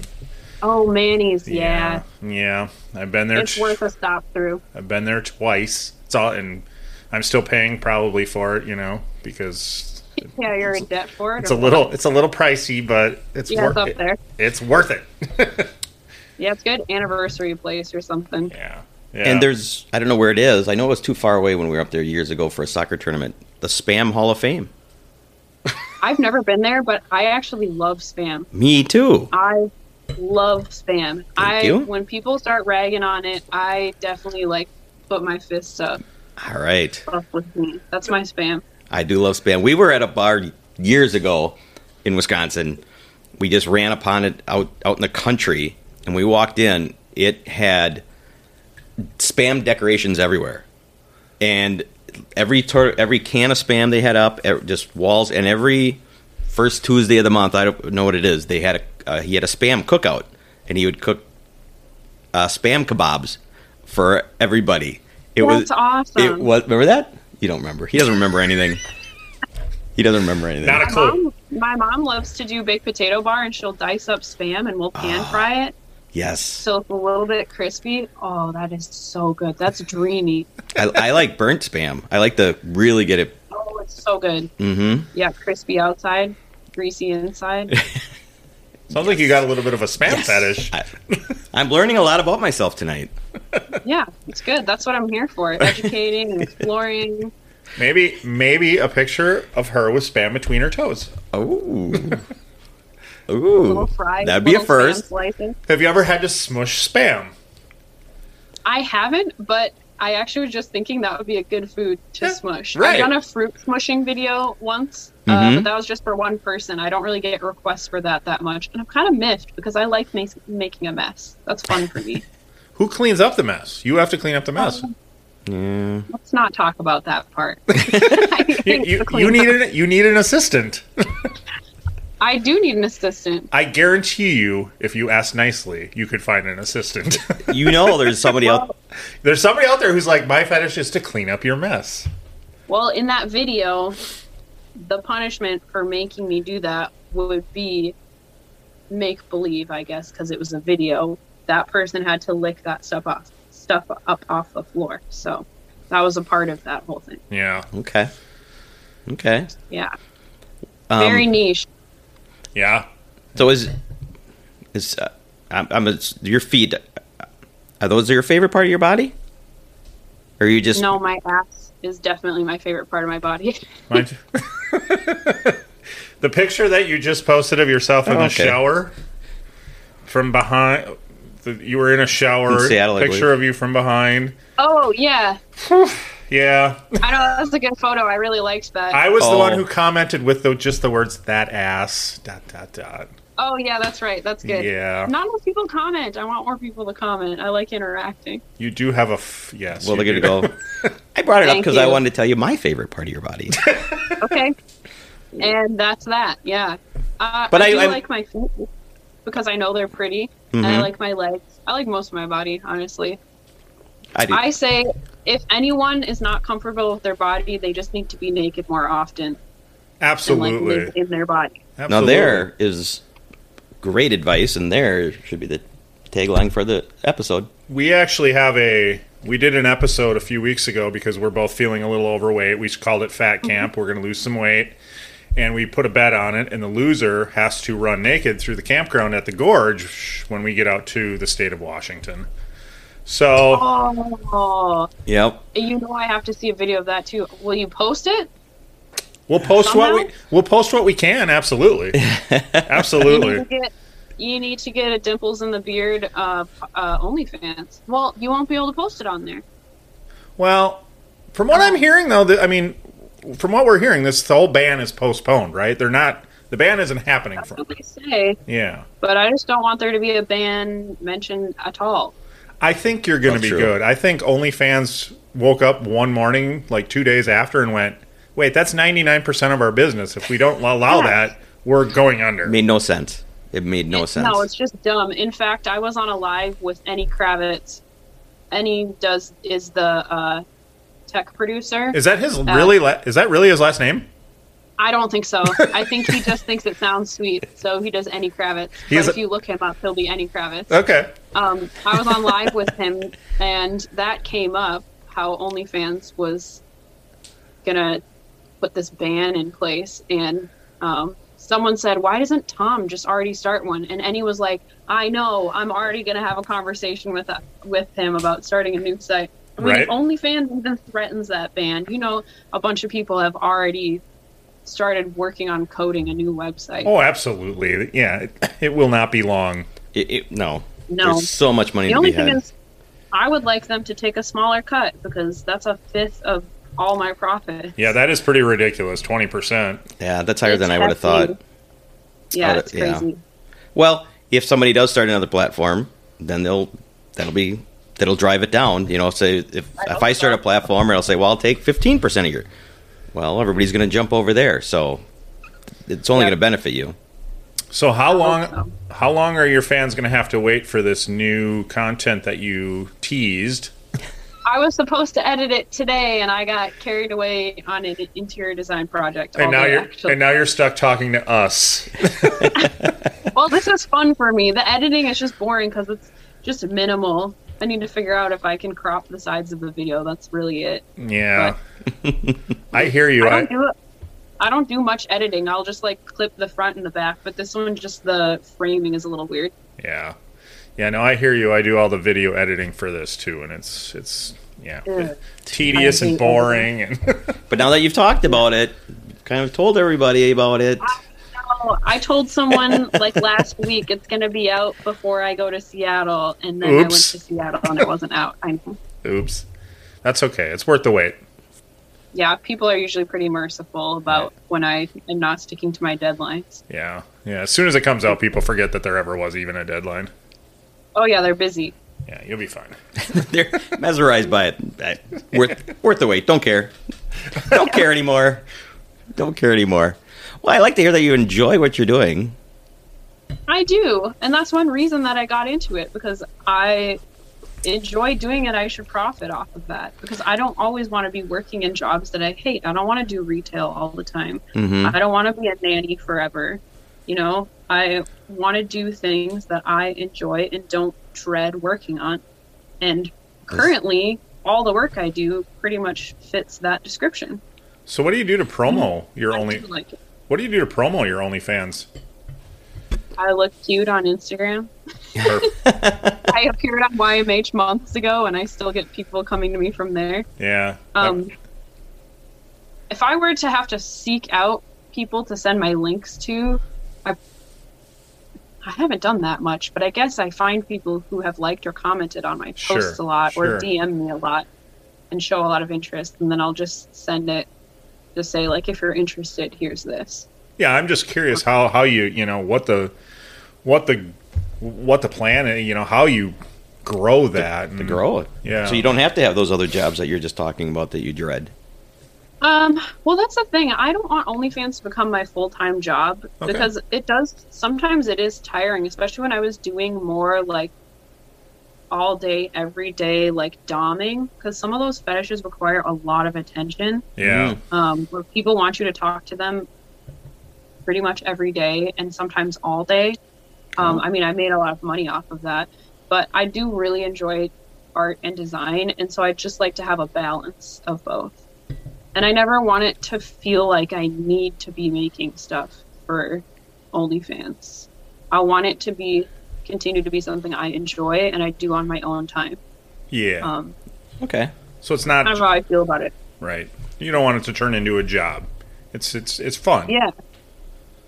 [SPEAKER 5] Oh, Manny's. Yeah,
[SPEAKER 4] yeah, yeah. I've been there.
[SPEAKER 5] it's
[SPEAKER 4] t-
[SPEAKER 5] worth a stop through.
[SPEAKER 4] I've been there twice. It's all, and I'm still paying probably for it, you know, because
[SPEAKER 5] Yeah, you're in debt for it.
[SPEAKER 4] it's a little, it's a little pricey, but it's
[SPEAKER 5] Yeah,
[SPEAKER 4] worth
[SPEAKER 5] it's up
[SPEAKER 4] it.
[SPEAKER 5] there.
[SPEAKER 4] It's worth it.
[SPEAKER 5] Yeah, it's good anniversary place or something.
[SPEAKER 4] yeah. yeah.
[SPEAKER 3] And there's I don't know where it is. I know it was too far away when we were up there years ago for a soccer tournament. The Spam Hall of Fame.
[SPEAKER 5] I've never been there, but I actually love spam.
[SPEAKER 4] Mm.
[SPEAKER 3] Me too.
[SPEAKER 5] I love spam. I
[SPEAKER 3] you.
[SPEAKER 5] when people start ragging on it, I definitely like put my fists up.
[SPEAKER 3] All right.
[SPEAKER 5] Up with me. That's my spam.
[SPEAKER 3] I do love spam. We were at a bar years ago in Wisconsin. We just ran upon it out out in the country, and we walked in. It had spam decorations everywhere, and every tor- every can of spam they had up, e- just walls, and every first Tuesday of the month, I don't know what it is. They had a uh, he had a spam cookout, and he would cook uh, spam kebabs for everybody. It was
[SPEAKER 5] That's awesome.
[SPEAKER 3] It was remember that you don't remember. He doesn't remember anything. he doesn't remember anything.
[SPEAKER 4] not a clue.
[SPEAKER 5] Mom, my mom loves to do baked potato bar, and she'll dice up spam, and we'll
[SPEAKER 4] Ah.
[SPEAKER 5] pan fry it
[SPEAKER 3] yes,
[SPEAKER 5] so it's a little bit crispy. Oh, that is so good. That's dreamy.
[SPEAKER 3] I, I like burnt spam. I like to really get it.
[SPEAKER 5] Oh, it's so good. Mm-hmm. Yeah, crispy outside, greasy inside.
[SPEAKER 4] Sounds like you got a little bit of a spam fetish.
[SPEAKER 3] I, I'm learning a lot about myself tonight.
[SPEAKER 5] yeah, it's good. That's what I'm here for: educating and exploring.
[SPEAKER 4] Maybe, maybe a picture of her with spam between her toes.
[SPEAKER 3] Oh,
[SPEAKER 5] Little
[SPEAKER 3] ooh,
[SPEAKER 5] fries.
[SPEAKER 3] that'd be a
[SPEAKER 5] little spam
[SPEAKER 3] first.
[SPEAKER 5] slices.
[SPEAKER 4] Have you ever had to smush spam?
[SPEAKER 5] I haven't, but I actually was just thinking that would be a good food to smush.
[SPEAKER 3] right. Mm-hmm.
[SPEAKER 5] I've done a fruit smushing video once, uh, but that was just for one person. I don't really get requests for that that much, and I'm kind of miffed because I like ma- making a mess. That's fun for me.
[SPEAKER 4] Who cleans up the mess? You have to clean up the mess.
[SPEAKER 5] Let's not talk about that part. I,
[SPEAKER 4] You,
[SPEAKER 5] think
[SPEAKER 4] you,
[SPEAKER 5] the clean-
[SPEAKER 4] you need an you need an assistant.
[SPEAKER 5] I do need an assistant.
[SPEAKER 4] I guarantee you, if you ask nicely, you could find an assistant.
[SPEAKER 3] You know, there's somebody out.
[SPEAKER 4] There's somebody out there who's like, my fetish is to clean up your mess.
[SPEAKER 5] Well, in that video, the punishment for making me do that would be make believe, I guess, because it was a video. That person had to lick that stuff off, stuff up off the floor. So that was a part of that whole thing.
[SPEAKER 4] Yeah.
[SPEAKER 3] Okay. Okay.
[SPEAKER 5] Yeah,
[SPEAKER 3] Um,
[SPEAKER 5] very niche.
[SPEAKER 4] Yeah.
[SPEAKER 3] So is is uh, I'm, I'm it's your feet? uh, Are those your favorite part of your body? Or are you just
[SPEAKER 5] No, my ass is definitely my favorite part of my body.
[SPEAKER 4] Mine too. the picture that you just posted of yourself in the
[SPEAKER 3] Okay.
[SPEAKER 4] shower from behind. The, you were in a shower.
[SPEAKER 3] In Seattle, I
[SPEAKER 4] picture
[SPEAKER 3] believe.
[SPEAKER 4] of you from behind.
[SPEAKER 5] oh yeah,
[SPEAKER 4] Yeah,
[SPEAKER 5] I know that's a good photo. I really liked that.
[SPEAKER 4] I was the
[SPEAKER 3] Oh.
[SPEAKER 4] one who commented with the, just the words "that ass." Dot dot dot.
[SPEAKER 5] oh yeah, that's right. That's good.
[SPEAKER 4] Yeah.
[SPEAKER 5] Not enough people comment. I want more people to comment. I like interacting.
[SPEAKER 4] You do have a f- yes.
[SPEAKER 3] well?
[SPEAKER 4] you
[SPEAKER 3] They're gonna
[SPEAKER 4] do.
[SPEAKER 3] go. I brought it up
[SPEAKER 5] Thank
[SPEAKER 3] because I
[SPEAKER 5] you.
[SPEAKER 3] wanted to tell you my favorite part of your body.
[SPEAKER 5] Okay. and that's that. Yeah. Uh,
[SPEAKER 3] But
[SPEAKER 5] but
[SPEAKER 3] I-
[SPEAKER 5] I, do
[SPEAKER 3] I-
[SPEAKER 5] like my feet because I know they're pretty, and
[SPEAKER 3] Mm-hmm.
[SPEAKER 5] I like my legs. I like most of my body, honestly.
[SPEAKER 3] I do.
[SPEAKER 5] I say if anyone is not comfortable with their body, they just need to be naked more often and like
[SPEAKER 4] Absolutely.
[SPEAKER 5] live in their body.
[SPEAKER 3] now
[SPEAKER 4] Absolutely.
[SPEAKER 3] there is great advice, and there should be the tagline for the episode.
[SPEAKER 4] we actually have a. We did an episode a few weeks ago because we're both feeling a little overweight. We called it Fat Camp. We're going to lose some weight. And we put a bet on it, and the loser has to run naked through the campground at the gorge when we get out to the state of Washington. So
[SPEAKER 5] Oh,
[SPEAKER 3] Yep.
[SPEAKER 5] you know I have to see a video of that too. Will you post it?
[SPEAKER 4] we'll post what
[SPEAKER 5] Somehow?
[SPEAKER 4] we we'll post what we can. Absolutely,
[SPEAKER 5] You
[SPEAKER 4] absolutely.
[SPEAKER 5] need to get, you need to get a dimples in the beard uh, uh, OnlyFans. Well, you won't be able to post it on there.
[SPEAKER 4] Well, from what
[SPEAKER 3] Um,
[SPEAKER 4] I'm hearing, though, the, I mean, from what we're hearing, this whole ban is postponed, right? They're not. The ban isn't happening.
[SPEAKER 5] That's
[SPEAKER 4] From,
[SPEAKER 5] what they say.
[SPEAKER 4] yeah,
[SPEAKER 5] but I just don't want there to be a ban mentioned at all.
[SPEAKER 4] I think you're going to
[SPEAKER 3] That's
[SPEAKER 4] be
[SPEAKER 3] true.
[SPEAKER 4] good. I think OnlyFans woke up one morning, like two days after, and went, "Wait, that's 99 percent of our business. If we don't allow that, we're going under."
[SPEAKER 3] Made no sense. It made no sense.
[SPEAKER 5] No, it's just dumb. In fact, I was on a live with Annie Kravitz. Annie does is the uh, tech producer.
[SPEAKER 4] is that his really? La- is that really his last name?
[SPEAKER 5] I don't think so. I think he just thinks it sounds sweet, so he does Annie Kravitz.
[SPEAKER 4] He's a-
[SPEAKER 5] But if you look him up, he'll be Annie Kravitz.
[SPEAKER 4] Okay.
[SPEAKER 5] Um, I was on live with him, and that came up how OnlyFans was gonna put this ban in place, and um, someone said, "Why doesn't Tom just already start one?" And Annie was like, "I know, I'm already gonna have a conversation with uh, with him about starting a new site." I mean,
[SPEAKER 4] Right.
[SPEAKER 5] if OnlyFans even threatens that ban, you know, a bunch of people have already started working on coding a new website.
[SPEAKER 4] Oh, absolutely. Yeah, it, it will not be long.
[SPEAKER 3] It- it- no.
[SPEAKER 5] No.
[SPEAKER 3] There's so much money
[SPEAKER 5] The
[SPEAKER 3] to be
[SPEAKER 5] only thing
[SPEAKER 3] had.
[SPEAKER 5] is, I would like them to take a smaller cut because that's a fifth of all my profit.
[SPEAKER 4] Yeah, that is pretty ridiculous. Twenty percent.
[SPEAKER 3] yeah, that's higher than I
[SPEAKER 5] It's
[SPEAKER 3] would have
[SPEAKER 5] hefty.
[SPEAKER 3] thought.
[SPEAKER 5] Yeah,
[SPEAKER 3] Oh,
[SPEAKER 5] it's
[SPEAKER 3] that- yeah.
[SPEAKER 5] crazy.
[SPEAKER 3] Well, if somebody does start another platform, then they'll that'll be that'll drive it down. You know, say if if I start a platform, it'll say, "Well, I'll take fifteen percent of your." Well, everybody's going to jump over there, so it's only
[SPEAKER 5] Yeah.
[SPEAKER 3] going to benefit you.
[SPEAKER 4] So how
[SPEAKER 5] so.
[SPEAKER 4] long how long are your fans going to have to wait for this new content that you teased?
[SPEAKER 5] I was supposed to edit it today, and I got carried away on an interior design project. all
[SPEAKER 4] And now
[SPEAKER 5] day,
[SPEAKER 4] you're
[SPEAKER 5] actually.
[SPEAKER 4] and now you're stuck talking to us.
[SPEAKER 5] well, this is fun for me. The editing is just boring because it's just minimal. I need to figure out if I can crop the sides of the video. That's really it.
[SPEAKER 4] Yeah. I hear you.
[SPEAKER 5] I
[SPEAKER 4] I,
[SPEAKER 5] don't do it. I don't do much editing. I'll just like clip the front and the back, but this one just the framing is a little weird.
[SPEAKER 4] yeah. Yeah, no, I hear you. I do all the video editing for this too and it's it's yeah. Tedious
[SPEAKER 5] I
[SPEAKER 4] and
[SPEAKER 5] hate
[SPEAKER 4] boring and
[SPEAKER 3] But now that you've talked about it, kind of told everybody about it.
[SPEAKER 5] Oh, I told someone like last week it's going to be out before I go to Seattle, and then I went
[SPEAKER 4] Oops.
[SPEAKER 5] to Seattle and it wasn't out. I know.
[SPEAKER 4] oops. That's okay. It's worth the wait.
[SPEAKER 5] Yeah, people are usually pretty merciful about when I am not sticking to my deadlines.
[SPEAKER 4] Yeah. Yeah, as soon as it comes out, people forget that there ever was even a deadline.
[SPEAKER 5] Oh yeah, they're busy.
[SPEAKER 4] Yeah, you'll be fine.
[SPEAKER 3] They're mesmerized by it. I- Worth worth the wait. Don't care. Don't care anymore. Don't care anymore. Well, I like to hear that you enjoy what you're doing.
[SPEAKER 5] I do, and that's one reason that I got into it because I enjoy doing it, I should profit off of that because I don't always want to be working in jobs that I hate. I don't want to do retail all the time. I don't want to be a nanny forever. You know, I want to do things that I enjoy and don't dread working on. And currently, all the work I do pretty much fits that description.
[SPEAKER 4] So what do you do to promo your
[SPEAKER 5] I
[SPEAKER 4] only?
[SPEAKER 5] do like it.
[SPEAKER 4] What do you do to promo your OnlyFans?
[SPEAKER 5] I look cute on Instagram.
[SPEAKER 4] Or-
[SPEAKER 5] I appeared on YMH months ago, and I still get people coming to me from there.
[SPEAKER 4] yeah.
[SPEAKER 5] Um, if I were to have to seek out people to send my links to, I I haven't done that much, but I guess I find people who have liked or commented on my posts
[SPEAKER 4] Sure,
[SPEAKER 5] a lot
[SPEAKER 4] sure.
[SPEAKER 5] or DM me a lot and show a lot of interest, and then I'll just send it to say like, if you're interested, here's this.
[SPEAKER 4] yeah, I'm just curious how how you you know what the what the what the plan and you know how you grow that
[SPEAKER 3] to
[SPEAKER 4] and-
[SPEAKER 3] grow it.
[SPEAKER 4] Yeah.
[SPEAKER 3] So you don't have to have those other jobs that you're just talking about that you dread.
[SPEAKER 5] Um, well, that's the thing. I don't want OnlyFans to become my full time job
[SPEAKER 4] Okay.
[SPEAKER 5] because it does sometimes it is tiring, especially when I was doing more like all day, every day, like doming, because some of those fetishes require a lot of attention.
[SPEAKER 3] mm-hmm.
[SPEAKER 4] Yeah.
[SPEAKER 5] Um, where people want you to talk to them pretty much every day and sometimes all day. Um, I mean, I made a lot of money off of that, but I do really enjoy art and design, and so I just like to have a balance of both. And I never want it to feel like I need to be making stuff for OnlyFans. I want it to be continue to be something I enjoy and I do on my own time.
[SPEAKER 4] Yeah.
[SPEAKER 5] Um,
[SPEAKER 3] Okay.
[SPEAKER 4] so it's not
[SPEAKER 5] kind of how I feel about it.
[SPEAKER 4] right. You don't want it to turn into a job. It's it's it's fun.
[SPEAKER 5] Yeah.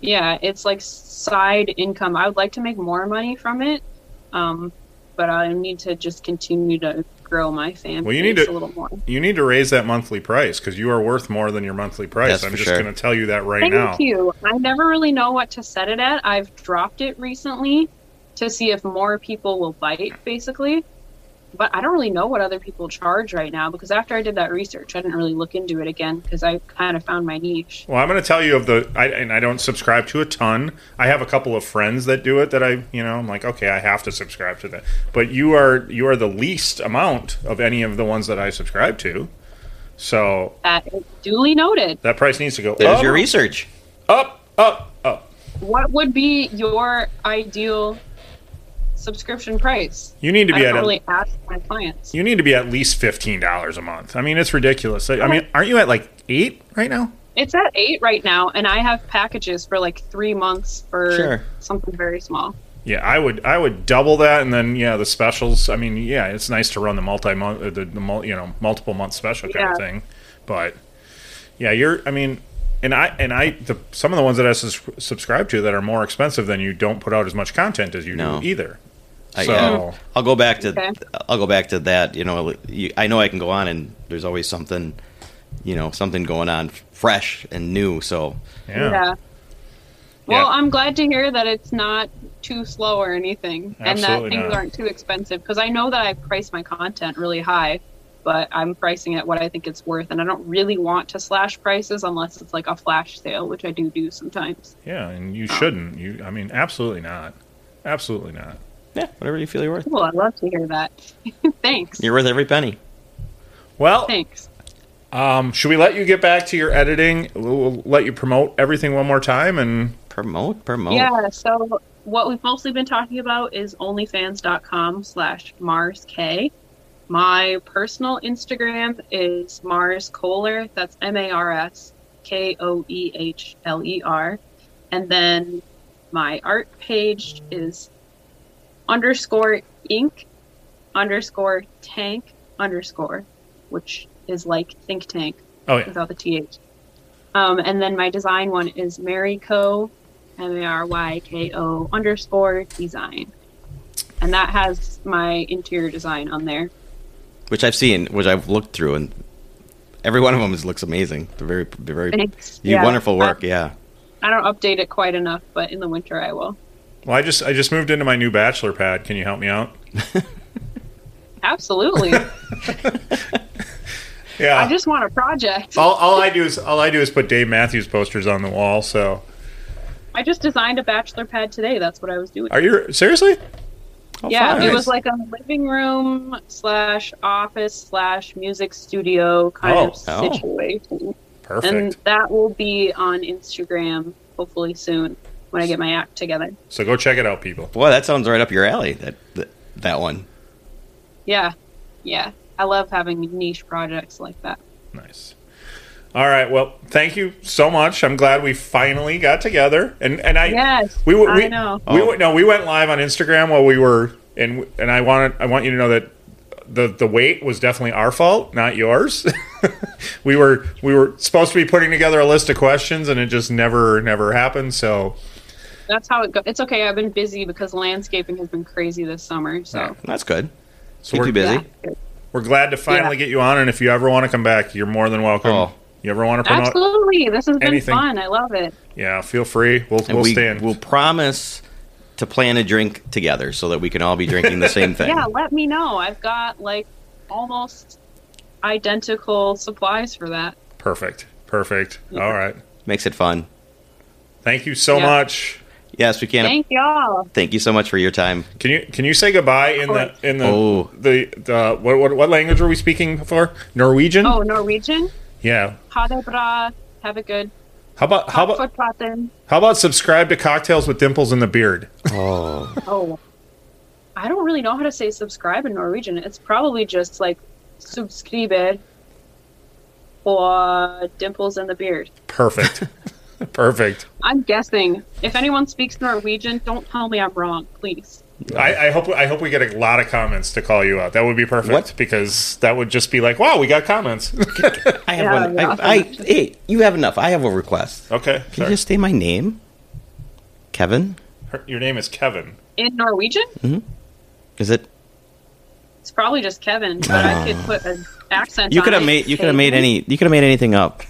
[SPEAKER 5] Yeah, it's like side income. I would like to make more money from it, um, but I need to just continue to grow my fan
[SPEAKER 4] Well, you need
[SPEAKER 5] base
[SPEAKER 4] to-
[SPEAKER 5] a little more.
[SPEAKER 4] You need to raise that monthly price because you are worth more than your monthly price.
[SPEAKER 3] That's
[SPEAKER 4] I'm
[SPEAKER 3] for
[SPEAKER 4] just
[SPEAKER 3] sure.
[SPEAKER 4] going to tell you that right
[SPEAKER 5] Thank
[SPEAKER 4] now.
[SPEAKER 5] you. I never really know what to set it at. I've dropped it recently to see if more people will bite, basically. But I don't really know what other people charge right now because after I did that research, I didn't really look into it again because I kind of found my niche.
[SPEAKER 4] Well, I'm going to tell you of the, I, and I don't subscribe to a ton. I have a couple of friends that do it that I, you know, I'm like, okay, I have to subscribe to that. But you are, you are the least amount of any of the ones that I subscribe to. So
[SPEAKER 5] That is duly noted.
[SPEAKER 4] that price needs to go
[SPEAKER 3] There's
[SPEAKER 4] up,
[SPEAKER 3] your research.
[SPEAKER 4] up, up, up.
[SPEAKER 5] What would be your ideal subscription price?
[SPEAKER 4] You need to
[SPEAKER 5] I
[SPEAKER 4] be at
[SPEAKER 5] don't
[SPEAKER 4] a,
[SPEAKER 5] really ask my clients.
[SPEAKER 4] you need to be at least fifteen dollars a month. I mean, it's ridiculous. I, I mean, aren't you at like eight right now?
[SPEAKER 5] It's at eight right now, and I have packages for like three months for
[SPEAKER 3] Sure.
[SPEAKER 5] something very small.
[SPEAKER 4] Yeah, I would I would double that, and then yeah, the specials. I mean, yeah, it's nice to run the multi month the, the mul- you know multiple month special kind
[SPEAKER 5] Yeah.
[SPEAKER 4] of thing, but yeah, you're. I mean, and I and I the, some of the ones that I sus- subscribe to that are more expensive than you don't put out as much content as you
[SPEAKER 3] No.
[SPEAKER 4] do either.
[SPEAKER 3] I,
[SPEAKER 4] So-
[SPEAKER 3] yeah. I'll go back to
[SPEAKER 5] Okay.
[SPEAKER 3] I'll go back to that. You know, you, I know I can go on, and there's always something, you know, something going on fresh and new. So
[SPEAKER 4] Yeah,
[SPEAKER 5] Well,
[SPEAKER 4] Yeah.
[SPEAKER 5] I'm glad to hear that it's not too slow or anything, and
[SPEAKER 4] Absolutely
[SPEAKER 5] that things
[SPEAKER 4] not.
[SPEAKER 5] aren't too expensive. Because I know that I price my content really high, but I'm pricing it what I think it's worth, and I don't really want to slash prices unless it's like a flash sale, which I do do sometimes.
[SPEAKER 4] yeah, and
[SPEAKER 5] Oh.
[SPEAKER 4] you shouldn't. You, I mean, absolutely not, absolutely not.
[SPEAKER 3] yeah, whatever you feel you're worth,
[SPEAKER 5] Cool, I'd love to hear that. Thanks.
[SPEAKER 3] you're worth every penny.
[SPEAKER 4] Well,
[SPEAKER 5] Thanks.
[SPEAKER 4] um, should we let you get back to your editing? We'll let you promote everything one more time, and
[SPEAKER 3] Promote, promote.
[SPEAKER 5] Yeah, so what we've mostly been talking about is onlyfans.com slash Mars K. My personal Instagram is Mars Kohler. That's M A R S K O E H L E R. And then my art page is underscore ink underscore tank underscore, which is like think tank
[SPEAKER 4] oh yeah,
[SPEAKER 5] without the th. Um, and then my design one is Mary Co, M A R Y K O underscore design, and that has my interior design on there.
[SPEAKER 3] Which I've seen, which I've looked through, and every one of them is, looks amazing. They're very, they're very,
[SPEAKER 5] Thanks.
[SPEAKER 3] you
[SPEAKER 5] Yeah. Uh,
[SPEAKER 3] wonderful work. yeah.
[SPEAKER 5] I don't update it quite enough, but in the winter I will.
[SPEAKER 4] Well, I just I just moved into my new bachelor pad. Can you help me out?
[SPEAKER 5] Absolutely.
[SPEAKER 4] Yeah.
[SPEAKER 5] I just want a project.
[SPEAKER 4] all, all I do is all I do is put Dave Matthews posters on the wall. So
[SPEAKER 5] I just designed a bachelor pad today. That's what I was doing.
[SPEAKER 4] are you seriously? Oh,
[SPEAKER 5] yeah,
[SPEAKER 4] fine.
[SPEAKER 5] it was like a living room slash office slash music studio kind
[SPEAKER 4] Oh,
[SPEAKER 5] of
[SPEAKER 3] oh.
[SPEAKER 5] situation.
[SPEAKER 4] perfect.
[SPEAKER 5] And that will be on Instagram hopefully soon when I get my act together.
[SPEAKER 4] so go check it out, people.
[SPEAKER 3] Boy, that sounds right up your alley. That that, that one.
[SPEAKER 5] Yeah, yeah. I love having niche projects like that.
[SPEAKER 4] Nice. All right. Well, thank you so much. I'm glad we finally got together. And and I
[SPEAKER 5] Yes,
[SPEAKER 4] we were-
[SPEAKER 5] I
[SPEAKER 4] we,
[SPEAKER 5] know.
[SPEAKER 4] we
[SPEAKER 3] Oh.
[SPEAKER 4] were- no we went live on Instagram while we were and and I wanted I want you to know that the the wait was definitely our fault, not yours. we were we were supposed to be putting together a list of questions and it just never never happened. So
[SPEAKER 5] That's how it goes. It's okay. I've been busy because landscaping has been crazy this summer. So
[SPEAKER 3] That's good.
[SPEAKER 4] so
[SPEAKER 3] Keep
[SPEAKER 4] we're,
[SPEAKER 3] you busy.
[SPEAKER 5] Yeah.
[SPEAKER 4] we're glad to finally get you on. And if you ever want to come back, you're more than welcome.
[SPEAKER 3] Oh.
[SPEAKER 4] You ever want to promote?
[SPEAKER 5] Absolutely. This has been
[SPEAKER 4] Anything.
[SPEAKER 5] fun. I love it.
[SPEAKER 4] Yeah, feel free. We'll
[SPEAKER 3] And
[SPEAKER 4] we'll
[SPEAKER 3] we
[SPEAKER 4] stand.
[SPEAKER 3] will promise to plan a drink together so that we can all be drinking the same thing.
[SPEAKER 5] Yeah, let me know. I've got like almost identical supplies for that.
[SPEAKER 4] Perfect. Perfect. All right.
[SPEAKER 3] Makes it fun.
[SPEAKER 4] Thank you so
[SPEAKER 5] Yeah.
[SPEAKER 4] much.
[SPEAKER 3] Yes, we can. Thank,
[SPEAKER 5] Thank y'all.
[SPEAKER 3] you so much for your time.
[SPEAKER 4] Can you can you say goodbye in the in the
[SPEAKER 3] Oh.
[SPEAKER 4] the, the what, what what language were we speaking for? Norwegian.
[SPEAKER 5] Oh, Norwegian.
[SPEAKER 4] Yeah.
[SPEAKER 5] Ha det bra. Have a good.
[SPEAKER 4] How about how about
[SPEAKER 5] Fortpraten.
[SPEAKER 4] how about subscribe to cocktails with dimples in the beard?
[SPEAKER 5] Oh, I don't really know how to say subscribe in Norwegian. It's probably just like subscribe or dimples in the beard.
[SPEAKER 4] Perfect. Perfect.
[SPEAKER 5] I'm guessing. If anyone speaks Norwegian, don't tell me I'm wrong, please.
[SPEAKER 4] I, I hope I hope we get a lot of comments to call you out. That would be perfect
[SPEAKER 3] What?
[SPEAKER 4] because that would just be like, wow, we got comments.
[SPEAKER 3] I have
[SPEAKER 5] Yeah,
[SPEAKER 3] one.
[SPEAKER 5] yeah,
[SPEAKER 3] I, I,
[SPEAKER 5] awesome.
[SPEAKER 3] hey, you have enough. I have a request.
[SPEAKER 4] okay.
[SPEAKER 3] Can
[SPEAKER 4] Oh, Sorry.
[SPEAKER 3] you just say my name? Kevin?
[SPEAKER 4] Her- Your name is Kevin.
[SPEAKER 5] In Norwegian,
[SPEAKER 3] Hmm? Is it?
[SPEAKER 5] it's probably just Kevin, but I could put an accent.
[SPEAKER 3] You
[SPEAKER 5] on
[SPEAKER 3] could have
[SPEAKER 5] it.
[SPEAKER 3] made. You could have made
[SPEAKER 5] Kevin.
[SPEAKER 3] any. You could have made anything up.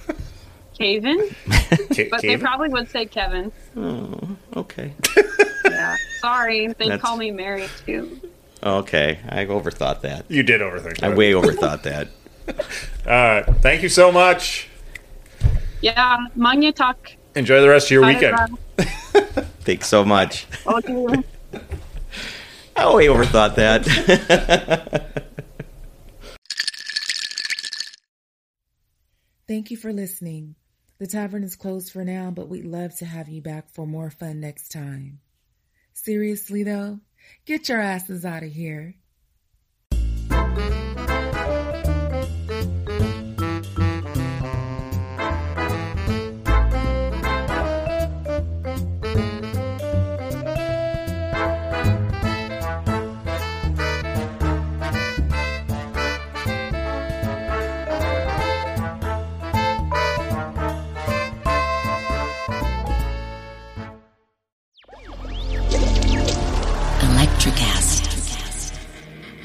[SPEAKER 5] Kevin,
[SPEAKER 4] Ke-
[SPEAKER 5] but they
[SPEAKER 4] Kevin?
[SPEAKER 5] probably would say Kevin.
[SPEAKER 3] Okay.
[SPEAKER 5] Yeah, sorry, they would
[SPEAKER 3] That's-
[SPEAKER 5] call me Mary too.
[SPEAKER 3] Okay. I overthought that.
[SPEAKER 4] you did overthink.
[SPEAKER 3] I
[SPEAKER 4] it.
[SPEAKER 3] way overthought that.
[SPEAKER 4] All right. Thank you so much.
[SPEAKER 5] Yeah, mange tak.
[SPEAKER 4] Enjoy the rest of your
[SPEAKER 5] Ha det
[SPEAKER 4] weekend.
[SPEAKER 5] bra.
[SPEAKER 3] Thanks so much.
[SPEAKER 5] Oh, dear.
[SPEAKER 3] I way overthought that.
[SPEAKER 2] Thank you for listening. The tavern is closed for now, but we'd love to have you back for more fun next time. Seriously, though, get your asses out of here.
[SPEAKER 7] Electricast.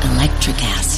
[SPEAKER 7] Electricast.